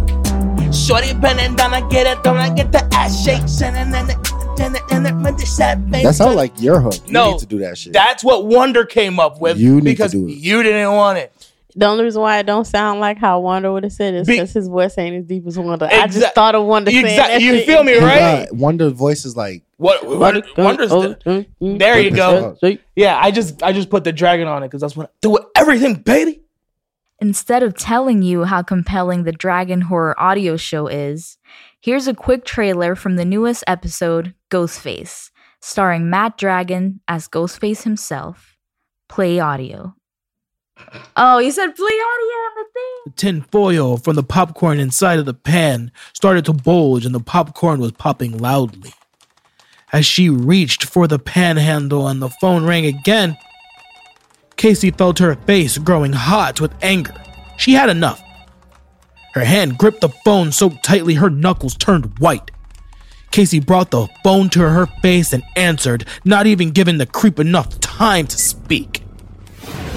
Speaker 1: Shorty bending down, I get it, don't I get the ass shakes and then and then and then and then with the sad face.
Speaker 3: That sounds like your hook. You
Speaker 1: No,
Speaker 3: need to do that shit.
Speaker 1: That's what Wonder came up with
Speaker 3: You need to
Speaker 1: because
Speaker 3: do it.
Speaker 1: you didn't want it.
Speaker 2: The only reason why it don't sound like how Wanda would have said it is
Speaker 1: Be-
Speaker 2: because his voice ain't as deep as Wanda. I
Speaker 1: Exact-
Speaker 2: just thought of Wanda saying that.
Speaker 1: Exactly. You
Speaker 2: shit.
Speaker 1: feel me,
Speaker 3: His, uh,
Speaker 1: right?
Speaker 3: Wonder voice is like
Speaker 1: What
Speaker 2: Wanda-
Speaker 1: Wonder- Wonder's the-
Speaker 2: oh, mm, mm,
Speaker 1: There you
Speaker 2: mm,
Speaker 1: go.
Speaker 2: mm, mm.
Speaker 1: Yeah, I just I just put the dragon on it because that's what I do with everything, baby.
Speaker 6: Instead of telling you how compelling the Dragon Horror audio show is, here's a quick trailer from the newest episode, Ghostface, starring Matt Dragon as Ghostface himself. Play audio. Oh, you said play audio on the thing.
Speaker 1: The tin foil from the popcorn inside of the pan started to bulge, and the popcorn was popping loudly. As she reached for the pan handle and the phone rang again, Casey felt her face growing hot with anger. She had enough. Her hand gripped the phone so tightly her knuckles turned white. Casey brought the phone to her face and answered, not even giving the creep enough time to speak.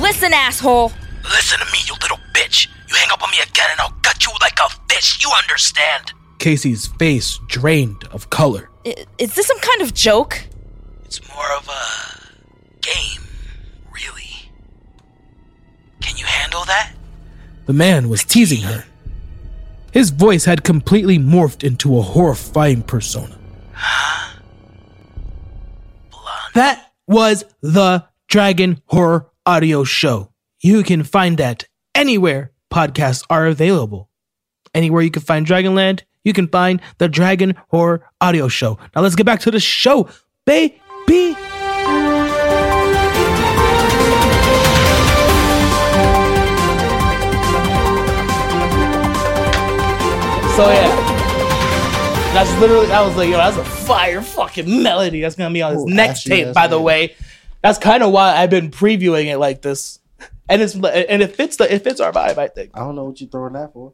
Speaker 8: Listen, asshole.
Speaker 4: Listen to me, you little bitch. You hang up on me again and I'll cut you like a fish. You understand?
Speaker 1: Casey's face drained of color.
Speaker 8: I- Is this some kind of joke?
Speaker 4: It's more of a game, really. Can you handle that?
Speaker 1: The man was teasing her. His voice had completely morphed into a horrifying persona. That was the Dragon Horror Audio Show. You can find that anywhere podcasts are available. Anywhere you can find Dragonland, you can find the Dragon Horror Audio Show. Now let's get back to the show, baby. So yeah. That's literally I was like, yo, that's a fire fucking melody. That's gonna be on this
Speaker 3: Ooh,
Speaker 1: next
Speaker 3: ashy
Speaker 1: tape,
Speaker 3: ass
Speaker 1: by the
Speaker 3: man.
Speaker 1: way. That's kind of why I've been previewing it like this. And it's and it fits the it fits our vibe, I think.
Speaker 3: I don't know what you throwing that for.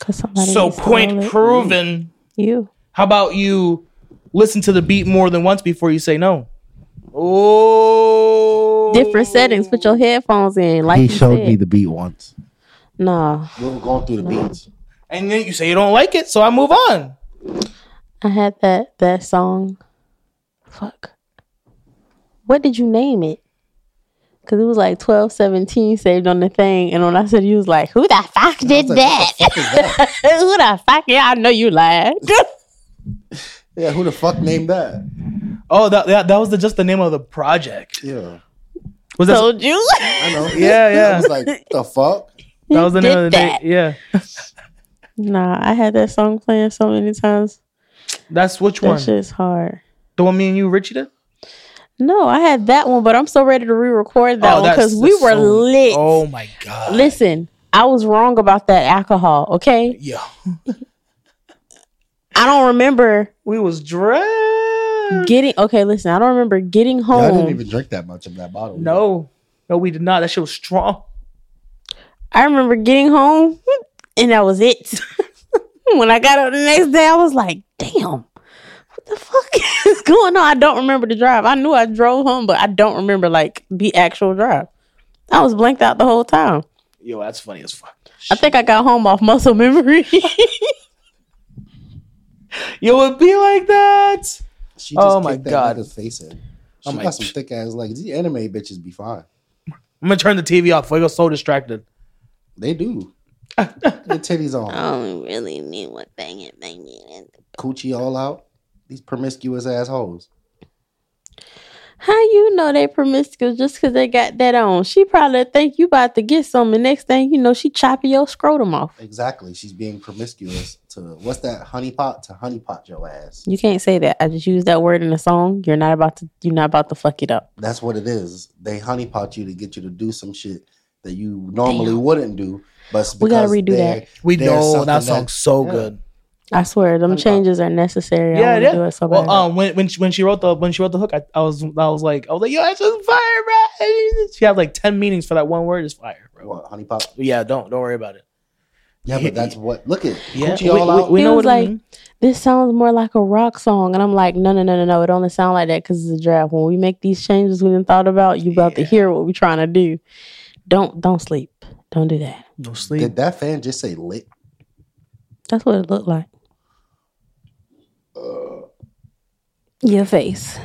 Speaker 2: 'Cause somebody
Speaker 1: so
Speaker 2: needs to roll
Speaker 1: point
Speaker 2: it.
Speaker 1: proven.
Speaker 2: You.
Speaker 1: How about you listen to the beat more than once before you say no? Oh
Speaker 2: Different settings. Put your headphones in. Like
Speaker 3: he
Speaker 2: you
Speaker 3: showed
Speaker 2: said.
Speaker 3: me the beat once.
Speaker 2: No,
Speaker 3: We were going through the beats.
Speaker 1: and then you say you don't like it, so I move on.
Speaker 2: I had that that song. Fuck. What did you name it? Cause it was like twelve seventeen saved on the thing, and when I said you was like, "Who the fuck did
Speaker 3: like,
Speaker 2: that?
Speaker 3: what the fuck is that?
Speaker 2: Who the fuck? Yeah, I know you lied."
Speaker 3: Yeah, who the fuck named that?
Speaker 1: Oh, that that, that was the, just the name of the project.
Speaker 3: Yeah,
Speaker 1: Was that
Speaker 2: Told you.
Speaker 3: I know.
Speaker 1: Yeah, yeah.
Speaker 3: I was like, the fuck?
Speaker 1: that was the name of
Speaker 2: did
Speaker 1: the day?
Speaker 2: that.
Speaker 1: Yeah.
Speaker 2: Nah, I had that song playing so many times.
Speaker 1: That's which
Speaker 2: That
Speaker 1: one?
Speaker 2: shit's hard.
Speaker 1: The one me and you, Richie, did?
Speaker 2: No, I had that one, but I'm so ready to re-record that
Speaker 1: Oh,
Speaker 2: one
Speaker 1: that's
Speaker 2: because
Speaker 1: the
Speaker 2: we were
Speaker 1: song.
Speaker 2: lit.
Speaker 1: Oh my god.
Speaker 2: Listen, I was wrong about that alcohol. Okay,
Speaker 1: Yo.
Speaker 2: I don't remember
Speaker 1: We was dressed.
Speaker 2: getting. Okay, listen, I don't remember getting
Speaker 3: Yeah, I
Speaker 2: home.
Speaker 3: didn't even drink that much of that bottle.
Speaker 1: No. No, we did not. That shit was strong.
Speaker 2: I remember getting home and that was it. when I got up the next day, I was like, damn, what the fuck is going on? I don't remember the drive. I knew I drove home, but I don't remember like the actual drive. I was blanked out the whole time.
Speaker 1: Yo, that's funny as fuck.
Speaker 2: I think I got home off muscle memory.
Speaker 1: Yo, it be like that.
Speaker 3: She just
Speaker 1: Oh my
Speaker 3: kicked that
Speaker 1: God.
Speaker 3: nigga's face in. She
Speaker 1: Oh my
Speaker 3: got some thick ass legs. These anime bitches be fine.
Speaker 1: I'm gonna turn the TV off. I got so distracted.
Speaker 3: They do. the titties on,
Speaker 2: I don't really mean what thing it made me. in.
Speaker 3: coochie all out. These promiscuous assholes.
Speaker 2: How you know they promiscuous just because they got that on? She probably think you about to get some, and next thing you know, she chopping your scrotum off.
Speaker 3: Exactly. She's being promiscuous to what's that honey pot to honey pot your ass.
Speaker 2: You can't say that. I just used that word in the song. You're not about to. You're not about to fuck it up.
Speaker 3: That's what it is. They honey pot you to get you to do some shit that you normally wouldn't do. But it's
Speaker 2: We gotta
Speaker 3: because
Speaker 2: redo
Speaker 3: they're-
Speaker 2: that.
Speaker 1: We
Speaker 3: there's
Speaker 1: know
Speaker 3: something
Speaker 1: that song's so
Speaker 3: yeah.
Speaker 1: good.
Speaker 2: I swear, them changes are necessary. I
Speaker 1: Yeah,
Speaker 2: want to
Speaker 1: yeah.
Speaker 2: do it so bad.
Speaker 1: Well, um, when when she, when she wrote the when she wrote the hook, I, I was I was like I was like yo, that's just fire, bro. She had like ten meanings for that one word. Is fire, bro.
Speaker 3: What, honey pot?
Speaker 1: Yeah, don't don't worry about it.
Speaker 3: Yeah, but that's what. Look at
Speaker 1: Yeah,
Speaker 3: coochie all out.
Speaker 2: He was
Speaker 1: it
Speaker 2: like-
Speaker 1: mean.
Speaker 2: this sounds more like a rock song, and I'm like, no, no, no, no, no. It only sound like that because it's a draft. When we make these changes we didn't thought about, you about to hear what we're trying to do. Don't don't sleep. Don't do that.
Speaker 1: No sleep.
Speaker 3: Did that fan just say lit?
Speaker 2: That's what it looked like.
Speaker 1: Uh.
Speaker 2: Your face.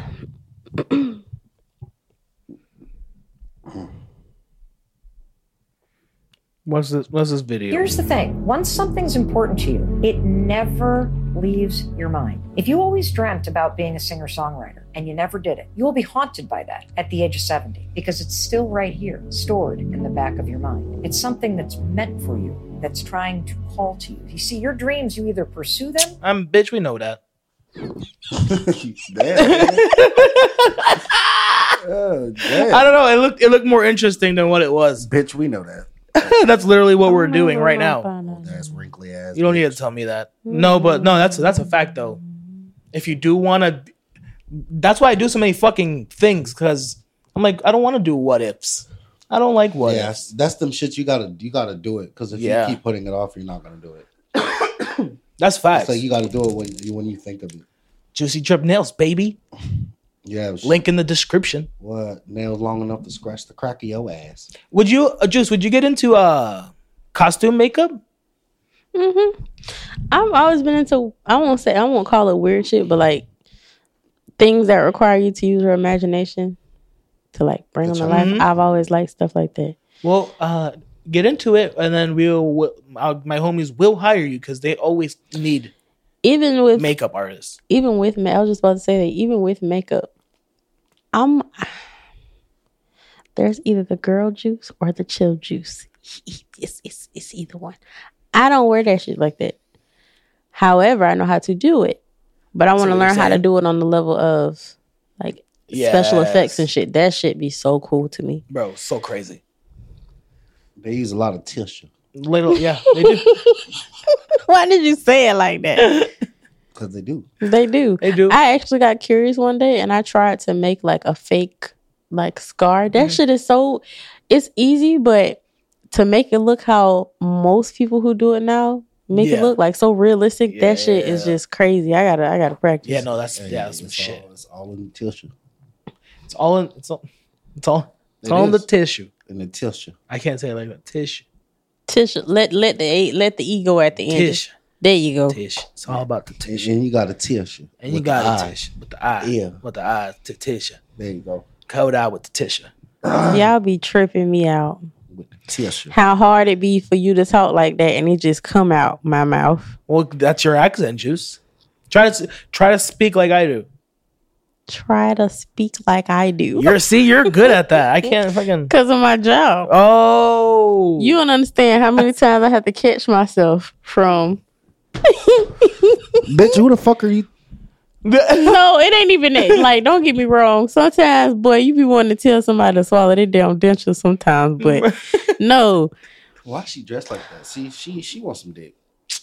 Speaker 1: What's this? What's this video?
Speaker 9: Here's the thing once something's important to you, it never leaves your mind. If you always dreamt about being a singer songwriter and you never did it, you will be haunted by that at the age of 70 because it's still right here, stored in the back of your mind. It's something that's meant for you, that's trying to call to you. You see, your dreams, you either pursue them
Speaker 1: I'm bitch. We know that.
Speaker 3: damn. Oh, damn.
Speaker 1: I don't know. It looked it looked more interesting than what it was.
Speaker 3: Bitch, we know that.
Speaker 1: that's literally what
Speaker 2: Oh
Speaker 1: we're doing right now.
Speaker 3: That's wrinkly ass.
Speaker 1: You don't need to tell me that. No, but no, that's that's a fact though. If you do want to, that's why I do so many fucking things because I'm like I don't want to do what ifs. I don't like what
Speaker 3: Yeah,
Speaker 1: ifs.
Speaker 3: that's them shit you gotta you gotta do it because if
Speaker 1: Yeah.
Speaker 3: you keep putting it off, you're not gonna do it.
Speaker 1: That's
Speaker 3: It's
Speaker 1: facts.
Speaker 3: like you gotta do it when you when you think of it.
Speaker 1: Juicy drip nails, baby.
Speaker 3: Yeah, shit,
Speaker 1: Link in the description.
Speaker 3: what nails long enough to scratch the crack of your ass.
Speaker 1: Would you, uh, Juice? Would you get into uh costume makeup?
Speaker 2: Mm-hmm. I've always been into. I won't say. I won't call it weird shit, but like things that require you to use your imagination to like bring them to life.
Speaker 1: Mhm.
Speaker 2: I've always liked stuff like that.
Speaker 1: Well, uh, get into it, and then we'll. we'll I'll, uh, my homies will hire you because they always need
Speaker 2: Even with
Speaker 1: makeup artists.
Speaker 2: even with ma- I was just about to say that even with makeup, I'm there's either the girl juice or the chill juice. It's it's it's either one. I don't wear that shit like that. However, I know how to do it, but I want
Speaker 1: what
Speaker 2: to
Speaker 1: you're
Speaker 2: learn how to
Speaker 1: saying.
Speaker 2: do it on the level of like special effects and shit. That shit be so cool to me.
Speaker 1: Bro, so crazy.
Speaker 3: They use a lot of tissue
Speaker 1: Little, yeah, they do.
Speaker 2: Why did you say it like that?
Speaker 3: because they do.
Speaker 2: they do.
Speaker 1: They do.
Speaker 2: I actually got curious one day and I tried to make like a fake like scar.
Speaker 1: Mm-hmm.
Speaker 2: That shit is so it's easy, but to make it look how most people who do it now make it
Speaker 1: Yeah.
Speaker 2: look like so realistic, that shit is
Speaker 1: Yeah.
Speaker 2: just crazy. I gotta I gotta practice.
Speaker 1: yeah, no, that's yeah, that's
Speaker 3: it's
Speaker 1: some
Speaker 3: all,
Speaker 1: shit.
Speaker 3: It's all in the tissue.
Speaker 1: It's all in. It's all. It's all. It's
Speaker 3: It
Speaker 1: all in the
Speaker 3: is.
Speaker 1: tissue.
Speaker 3: In the tissue.
Speaker 1: I can't say it like that. Tish,
Speaker 2: Tish let let the let the ego at the end.
Speaker 1: tish,
Speaker 2: There you go.
Speaker 1: tish. It's all about the
Speaker 3: And,
Speaker 1: tish.
Speaker 3: and you got a tissue.
Speaker 1: And you
Speaker 3: with
Speaker 1: got
Speaker 3: the
Speaker 1: a
Speaker 3: eye.
Speaker 1: tish with the eye.
Speaker 3: Yeah.
Speaker 1: with the eye. T- tish.
Speaker 3: There you go.
Speaker 1: Cold eye with the tish.
Speaker 2: Y'all be tripping me out.
Speaker 3: With the tissue.
Speaker 2: How hard it be for you to talk like that and it just come out my mouth.
Speaker 1: Well, that's your accent, Juice. Try to s- try to speak like I do.
Speaker 2: Try to speak like I do.
Speaker 1: You're see, you're good at that. I can't fucking.
Speaker 2: Because of my job.
Speaker 1: Oh,
Speaker 2: You don't understand how many times I had to catch myself from.
Speaker 3: Bitch, who the fuck are you?
Speaker 2: No, it ain't even that. Like, don't get me wrong. Sometimes, boy, you be wanting to tell somebody to swallow their damn denture sometimes, but no.
Speaker 3: Why she dressed like that? See, she she wants some dick.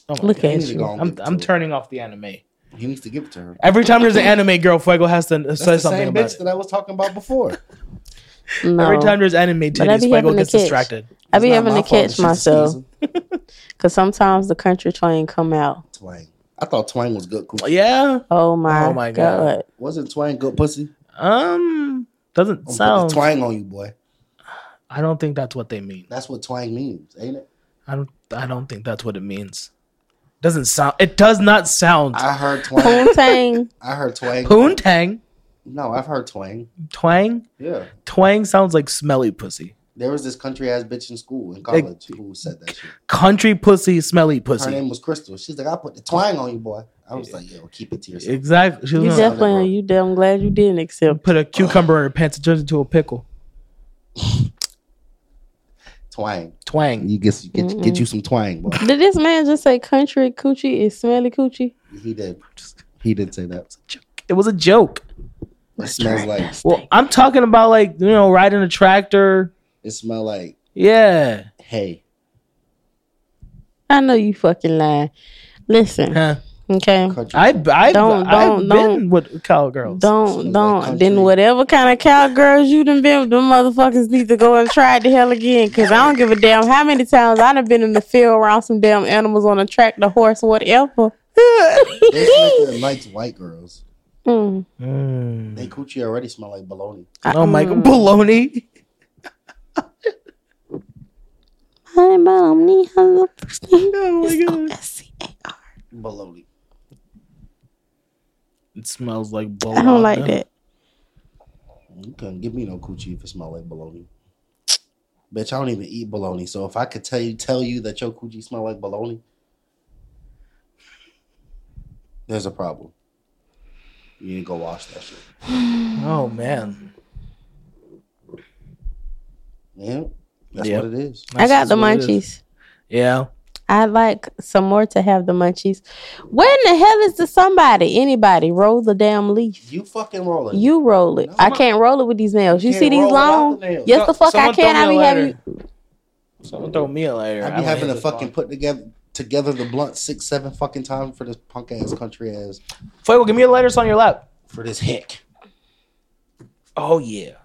Speaker 1: Oh my
Speaker 2: Look
Speaker 1: God.
Speaker 3: He
Speaker 2: at
Speaker 3: needs to go
Speaker 2: you.
Speaker 3: and
Speaker 1: I'm
Speaker 3: give it to
Speaker 1: I'm
Speaker 3: her.
Speaker 1: turning off the anime.
Speaker 3: He needs to give it to her.
Speaker 1: Every time there's an anime girl, Fuego has to
Speaker 3: That's
Speaker 1: say
Speaker 3: the
Speaker 1: something
Speaker 3: same
Speaker 1: about
Speaker 3: bitch
Speaker 1: it.
Speaker 3: that I was talking about before.
Speaker 1: Every time there's anime
Speaker 2: But I
Speaker 1: titties,
Speaker 2: be
Speaker 1: Fuego
Speaker 2: having to
Speaker 1: gets
Speaker 2: catch.
Speaker 1: distracted.
Speaker 2: I be
Speaker 1: It's not
Speaker 2: having
Speaker 1: my fault.
Speaker 2: to catch
Speaker 1: It's just
Speaker 2: myself
Speaker 1: season.
Speaker 2: because sometimes the country twang come out.
Speaker 3: Twang. I thought twang was good. Coochie.
Speaker 1: Yeah.
Speaker 2: Oh my,
Speaker 3: Oh my
Speaker 2: god.
Speaker 3: God. Wasn't twang good pussy?
Speaker 1: Um, doesn't
Speaker 3: the
Speaker 1: sound
Speaker 3: twang on you, boy.
Speaker 1: I don't think that's what they mean.
Speaker 3: That's what twang means, ain't it?
Speaker 1: I don't. I don't think that's what it means. Doesn't sound. It does not sound.
Speaker 3: I heard twang.
Speaker 2: Poontang.
Speaker 3: I heard twang.
Speaker 1: Poontang.
Speaker 3: No, I've heard twang.
Speaker 1: Twang.
Speaker 3: Yeah.
Speaker 1: Twang sounds like smelly pussy.
Speaker 3: There was this country ass bitch in school in college who said that shit.
Speaker 1: Country pussy, smelly
Speaker 3: Her
Speaker 1: pussy.
Speaker 3: name was Crystal. She's like, I put the twang on you, boy. I was like, yo, keep it to yourself.
Speaker 1: Exactly. She
Speaker 2: You
Speaker 1: was gonna
Speaker 2: definitely. You. de- I'm glad you didn't accept.
Speaker 1: put a cucumber in her pants and turn into a pickle.
Speaker 3: Twang.
Speaker 1: Twang.
Speaker 3: You get you get, get you some twang, boy.
Speaker 2: Did this man just say country coochie is smelly coochie?
Speaker 3: He did. He did say that.
Speaker 1: It was a joke.
Speaker 3: It smells like
Speaker 1: Well, I'm talking about like you know riding a tractor.
Speaker 3: it smell like
Speaker 1: Yeah.
Speaker 3: hey.
Speaker 2: I know you fucking lying. Listen,
Speaker 1: Huh.
Speaker 2: okay.
Speaker 3: Country
Speaker 1: I I
Speaker 2: Don't-
Speaker 1: I've
Speaker 2: don't-
Speaker 1: been with cowgirls.
Speaker 2: Don't
Speaker 3: like
Speaker 2: don't.
Speaker 3: country.
Speaker 2: then whatever kind of cowgirls you done been, them motherfuckers need to go and try it the hell again. Cause I don't give a damn how many times I done been in the field around some damn animals on a tractor, horse, whatever.
Speaker 3: This nigga likes white girls.
Speaker 2: Mm.
Speaker 1: Mm.
Speaker 3: They coochie already smell like bologna.
Speaker 1: Oh my
Speaker 2: Mm.
Speaker 1: baloney.
Speaker 2: Hi, mom. Me, hello, first name
Speaker 1: Oh
Speaker 2: is
Speaker 1: my god.
Speaker 2: O-S-C-A-R.
Speaker 3: Bologna.
Speaker 1: It smells like bologna.
Speaker 2: I don't like that.
Speaker 3: You couldn't give me no coochie if it smell like bologna. Bitch, I don't even eat bologna. So if I could tell you tell you that your coochie smell like bologna, there's a problem. You need to go wash that shit.
Speaker 1: Oh man.
Speaker 3: Yeah. That's
Speaker 1: Yep.
Speaker 3: what it is.
Speaker 2: I got
Speaker 1: That's
Speaker 2: the
Speaker 1: what it is.
Speaker 2: munchies.
Speaker 1: Yeah.
Speaker 2: I'd like some more to have the munchies. Where in the hell is the somebody? Anybody roll the damn leaf?
Speaker 3: You fucking rolling.
Speaker 2: You roll it.
Speaker 3: No,
Speaker 2: I can't roll it with these nails. You,
Speaker 3: You
Speaker 2: see
Speaker 3: can't
Speaker 2: these
Speaker 3: roll without
Speaker 2: long?
Speaker 3: the nails.
Speaker 2: yes, the fuck I
Speaker 1: Someone
Speaker 2: can.
Speaker 1: throw
Speaker 2: I
Speaker 1: me
Speaker 2: be
Speaker 1: a lighter.
Speaker 2: having.
Speaker 1: Someone throw me a lighter.
Speaker 3: I be having to fucking put together together the blunt six, seven fucking time for this punk ass country ass
Speaker 1: Fuego, give me a lighter. It's on your lap.
Speaker 3: for this hick.
Speaker 1: Oh yeah.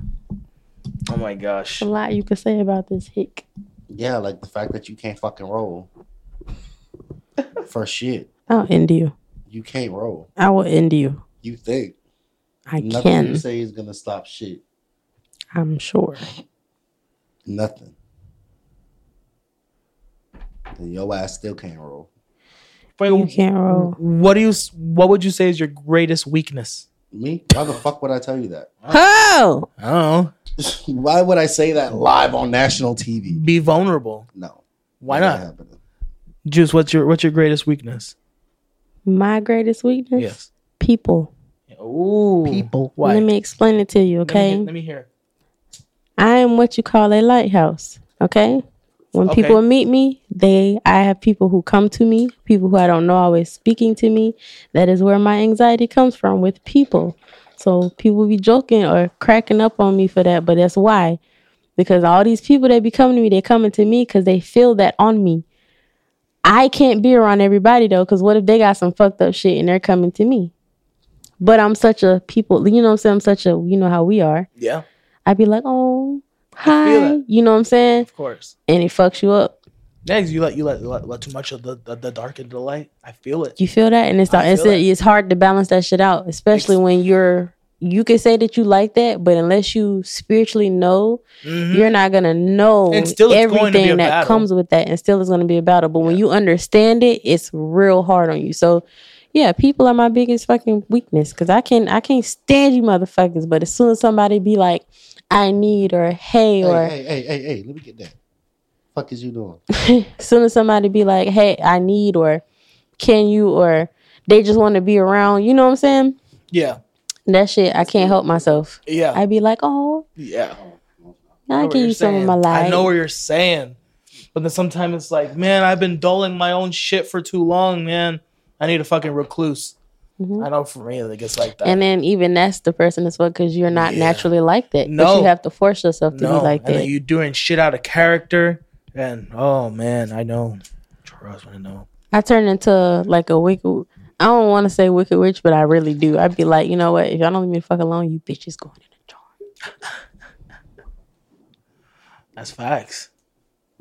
Speaker 1: Oh my gosh.
Speaker 2: A lot you could say about this hick.
Speaker 3: Yeah, like the fact that you can't fucking roll. for shit.
Speaker 2: I'll end you.
Speaker 3: You can't roll.
Speaker 2: I will end you.
Speaker 3: You think.
Speaker 2: I
Speaker 3: Nothing you
Speaker 2: can.
Speaker 3: say is gonna stop shit.
Speaker 2: I'm sure.
Speaker 3: Nothing. And your ass still can't roll.
Speaker 1: Fuego,
Speaker 2: You can't roll.
Speaker 1: what do you? s- What would you say is your greatest weakness?
Speaker 3: Me? Why the fuck would I tell you that?
Speaker 2: Oh,
Speaker 1: I don't know.
Speaker 3: Why would I say that live on national TV?
Speaker 1: Be vulnerable.
Speaker 3: No.
Speaker 1: Why
Speaker 3: That ain't
Speaker 1: not?
Speaker 3: happening.
Speaker 1: Juice, what's your what's your greatest weakness?
Speaker 2: my greatest weakness.
Speaker 1: Yes.
Speaker 2: People.
Speaker 1: Ooh. People. Why?
Speaker 2: Let me explain it to you,
Speaker 1: Let me
Speaker 2: okay?
Speaker 1: hear- Let me hear.
Speaker 2: I am what you call a lighthouse. Okay. When
Speaker 1: Okay.
Speaker 2: people meet me, they I have people who come to me, people who I don't know always speaking to me. That is where my anxiety comes from with people. So people be joking or cracking up on me for that, but that's why. Because all these people that be coming to me, they coming to me because they feel that on me. I can't be around everybody though, because what if they got some fucked up shit and they're coming to me? But I'm such a people, you know what I'm saying? I'm such a, you know how we are.
Speaker 1: Yeah.
Speaker 2: I'd be like, oh,
Speaker 1: feel
Speaker 2: hi.
Speaker 1: that.
Speaker 2: You know what I'm saying?
Speaker 1: Of course.
Speaker 2: And it fucks you up.
Speaker 1: Next, you let you let, let, let too much of the, the, the dark into the light. I feel it.
Speaker 2: You feel that? And it's,
Speaker 1: I
Speaker 2: it's,
Speaker 1: feel that.
Speaker 2: it's hard to balance that shit out, especially when you're, you can say that you like that, but unless you spiritually know,
Speaker 1: Mhm.
Speaker 2: you're not going to know
Speaker 1: And still it's going to be a
Speaker 2: everything that
Speaker 1: battle.
Speaker 2: comes with that. And still it's going to be a battle. But when you understand it, it's real hard on you. So, yeah, people are my biggest fucking weakness because I can I can't stand you motherfuckers. But as soon as somebody be like, "I need" or "Hey" or
Speaker 3: Hey, hey, hey, hey, hey, let me get that. Fuck is you doing?
Speaker 2: as soon as somebody be like, "Hey, I need," or "Can you," or they just want to be around, you know what I'm saying?
Speaker 1: Yeah.
Speaker 2: That shit, I can't help myself.
Speaker 1: Yeah.
Speaker 2: I be like, "Oh,
Speaker 1: yeah.
Speaker 2: I
Speaker 1: know
Speaker 2: will
Speaker 1: what
Speaker 2: give
Speaker 1: you're
Speaker 2: you some of
Speaker 1: saying.
Speaker 2: my life."
Speaker 1: I know what you're saying. But then sometimes it's like, man, I've been dulling my own shit for too long, man. I need a fucking recluse.
Speaker 2: Mhm.
Speaker 1: I know for me, it gets like that.
Speaker 2: and then even that's depressing as fuck because you're not
Speaker 1: Yeah.
Speaker 2: naturally like that.
Speaker 1: No.
Speaker 2: But you have to force yourself to
Speaker 1: no,
Speaker 2: be like
Speaker 1: and
Speaker 2: that.
Speaker 1: then you doing shit out of character, and oh man, I know. Trust me, I know.
Speaker 2: I turn into like a wicked. I don't want to say wicked witch, but I really do. I'd be like, you know what? If y'all don't leave me the fuck alone, you bitches going in the jar.
Speaker 1: That's facts.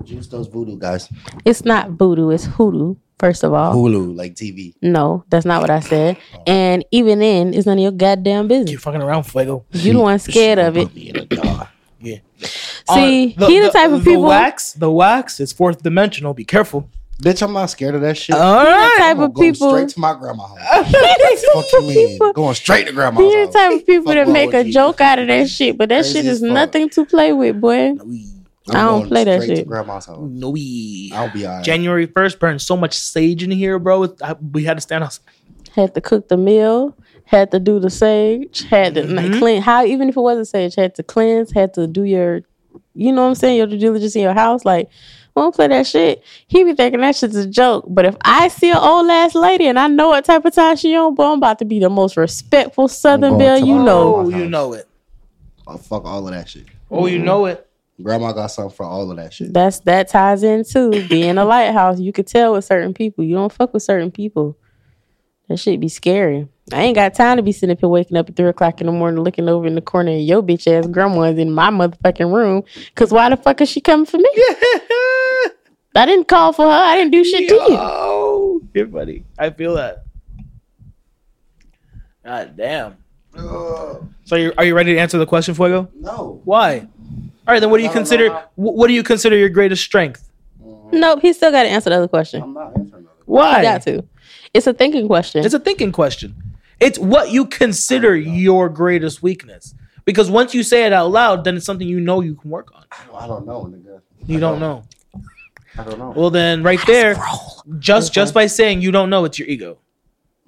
Speaker 3: Juice those voodoo guys.
Speaker 2: It's not voodoo, it's hoodoo, first of all.
Speaker 3: Hulu, like TV.
Speaker 2: No, that's not what I said. And even then, it's none of your goddamn business. You're
Speaker 1: fucking around, Fuego.
Speaker 2: You the one scared of it.
Speaker 1: Yeah.
Speaker 2: See,
Speaker 1: Uh,
Speaker 2: he the, type of people.
Speaker 1: The wax, the wax is fourth dimensional. Be careful.
Speaker 3: Bitch, I'm not scared of that shit.
Speaker 1: All
Speaker 2: he
Speaker 1: right.
Speaker 2: the type of
Speaker 3: Going
Speaker 2: people.
Speaker 3: straight to my grandma house.
Speaker 2: he the
Speaker 3: What you mean? Going straight to grandma's house.
Speaker 2: he the type of people that
Speaker 3: wrong
Speaker 2: make
Speaker 3: with
Speaker 2: a joke out of that shit, but that
Speaker 3: Crazy
Speaker 2: shit
Speaker 3: as
Speaker 2: is
Speaker 3: fuck.
Speaker 2: nothing to play with, boy. I
Speaker 3: I'm
Speaker 2: don't
Speaker 3: going
Speaker 2: play that
Speaker 3: straight To
Speaker 2: shit.
Speaker 3: grandma's house.
Speaker 1: No, we.
Speaker 3: I'll be all right.
Speaker 1: January 1st burned so much sage in here, bro. It- I- we had to stand outside.
Speaker 2: Had to cook the meal, had to do the sage, had to like, clean. How even if it wasn't sage, had to cleanse, had to do your, you know what I'm saying, your due diligence in your house. Like, I don't play that shit. He be thinking that shit's a joke. But if I see an old ass lady and I know what type of time she on, boy, I'm about to be the most respectful Southern
Speaker 3: going
Speaker 2: belle
Speaker 3: to
Speaker 2: you
Speaker 3: my
Speaker 2: know.
Speaker 1: Oh,
Speaker 3: house.
Speaker 1: you know it.
Speaker 3: I'll fuck all of that shit.
Speaker 1: Oh, you know it.
Speaker 3: Grandma got something for all of that shit.
Speaker 2: That's that ties into being a lighthouse. You could tell with certain people. You don't fuck with certain people. That shit be scary. I ain't got time to be sitting up here waking up at three o'clock in the morning looking over in the corner and your bitch ass grandma's in my motherfucking room. Cause why the fuck is she coming for me? I didn't call for her. I didn't do shit to you.
Speaker 1: Oh, here, buddy. I feel that. God damn.
Speaker 2: Uh,
Speaker 1: So, you're, are you ready to answer the question, Fuego?
Speaker 3: No.
Speaker 1: Why? All right, then. What do you consider? wh- What do you consider your greatest strength?
Speaker 2: Nope, he still gotta answer the other question.
Speaker 1: Why?
Speaker 2: He got to. It's a thinking question.
Speaker 1: It's a thinking question. It's what you consider your greatest weakness. Because once you say it out loud, then it's something you know you can work on.
Speaker 3: Oh, I don't know, nigga.
Speaker 1: You don't know.
Speaker 3: I don't know.
Speaker 1: Well, then right there, just just by saying you don't know, it's your ego.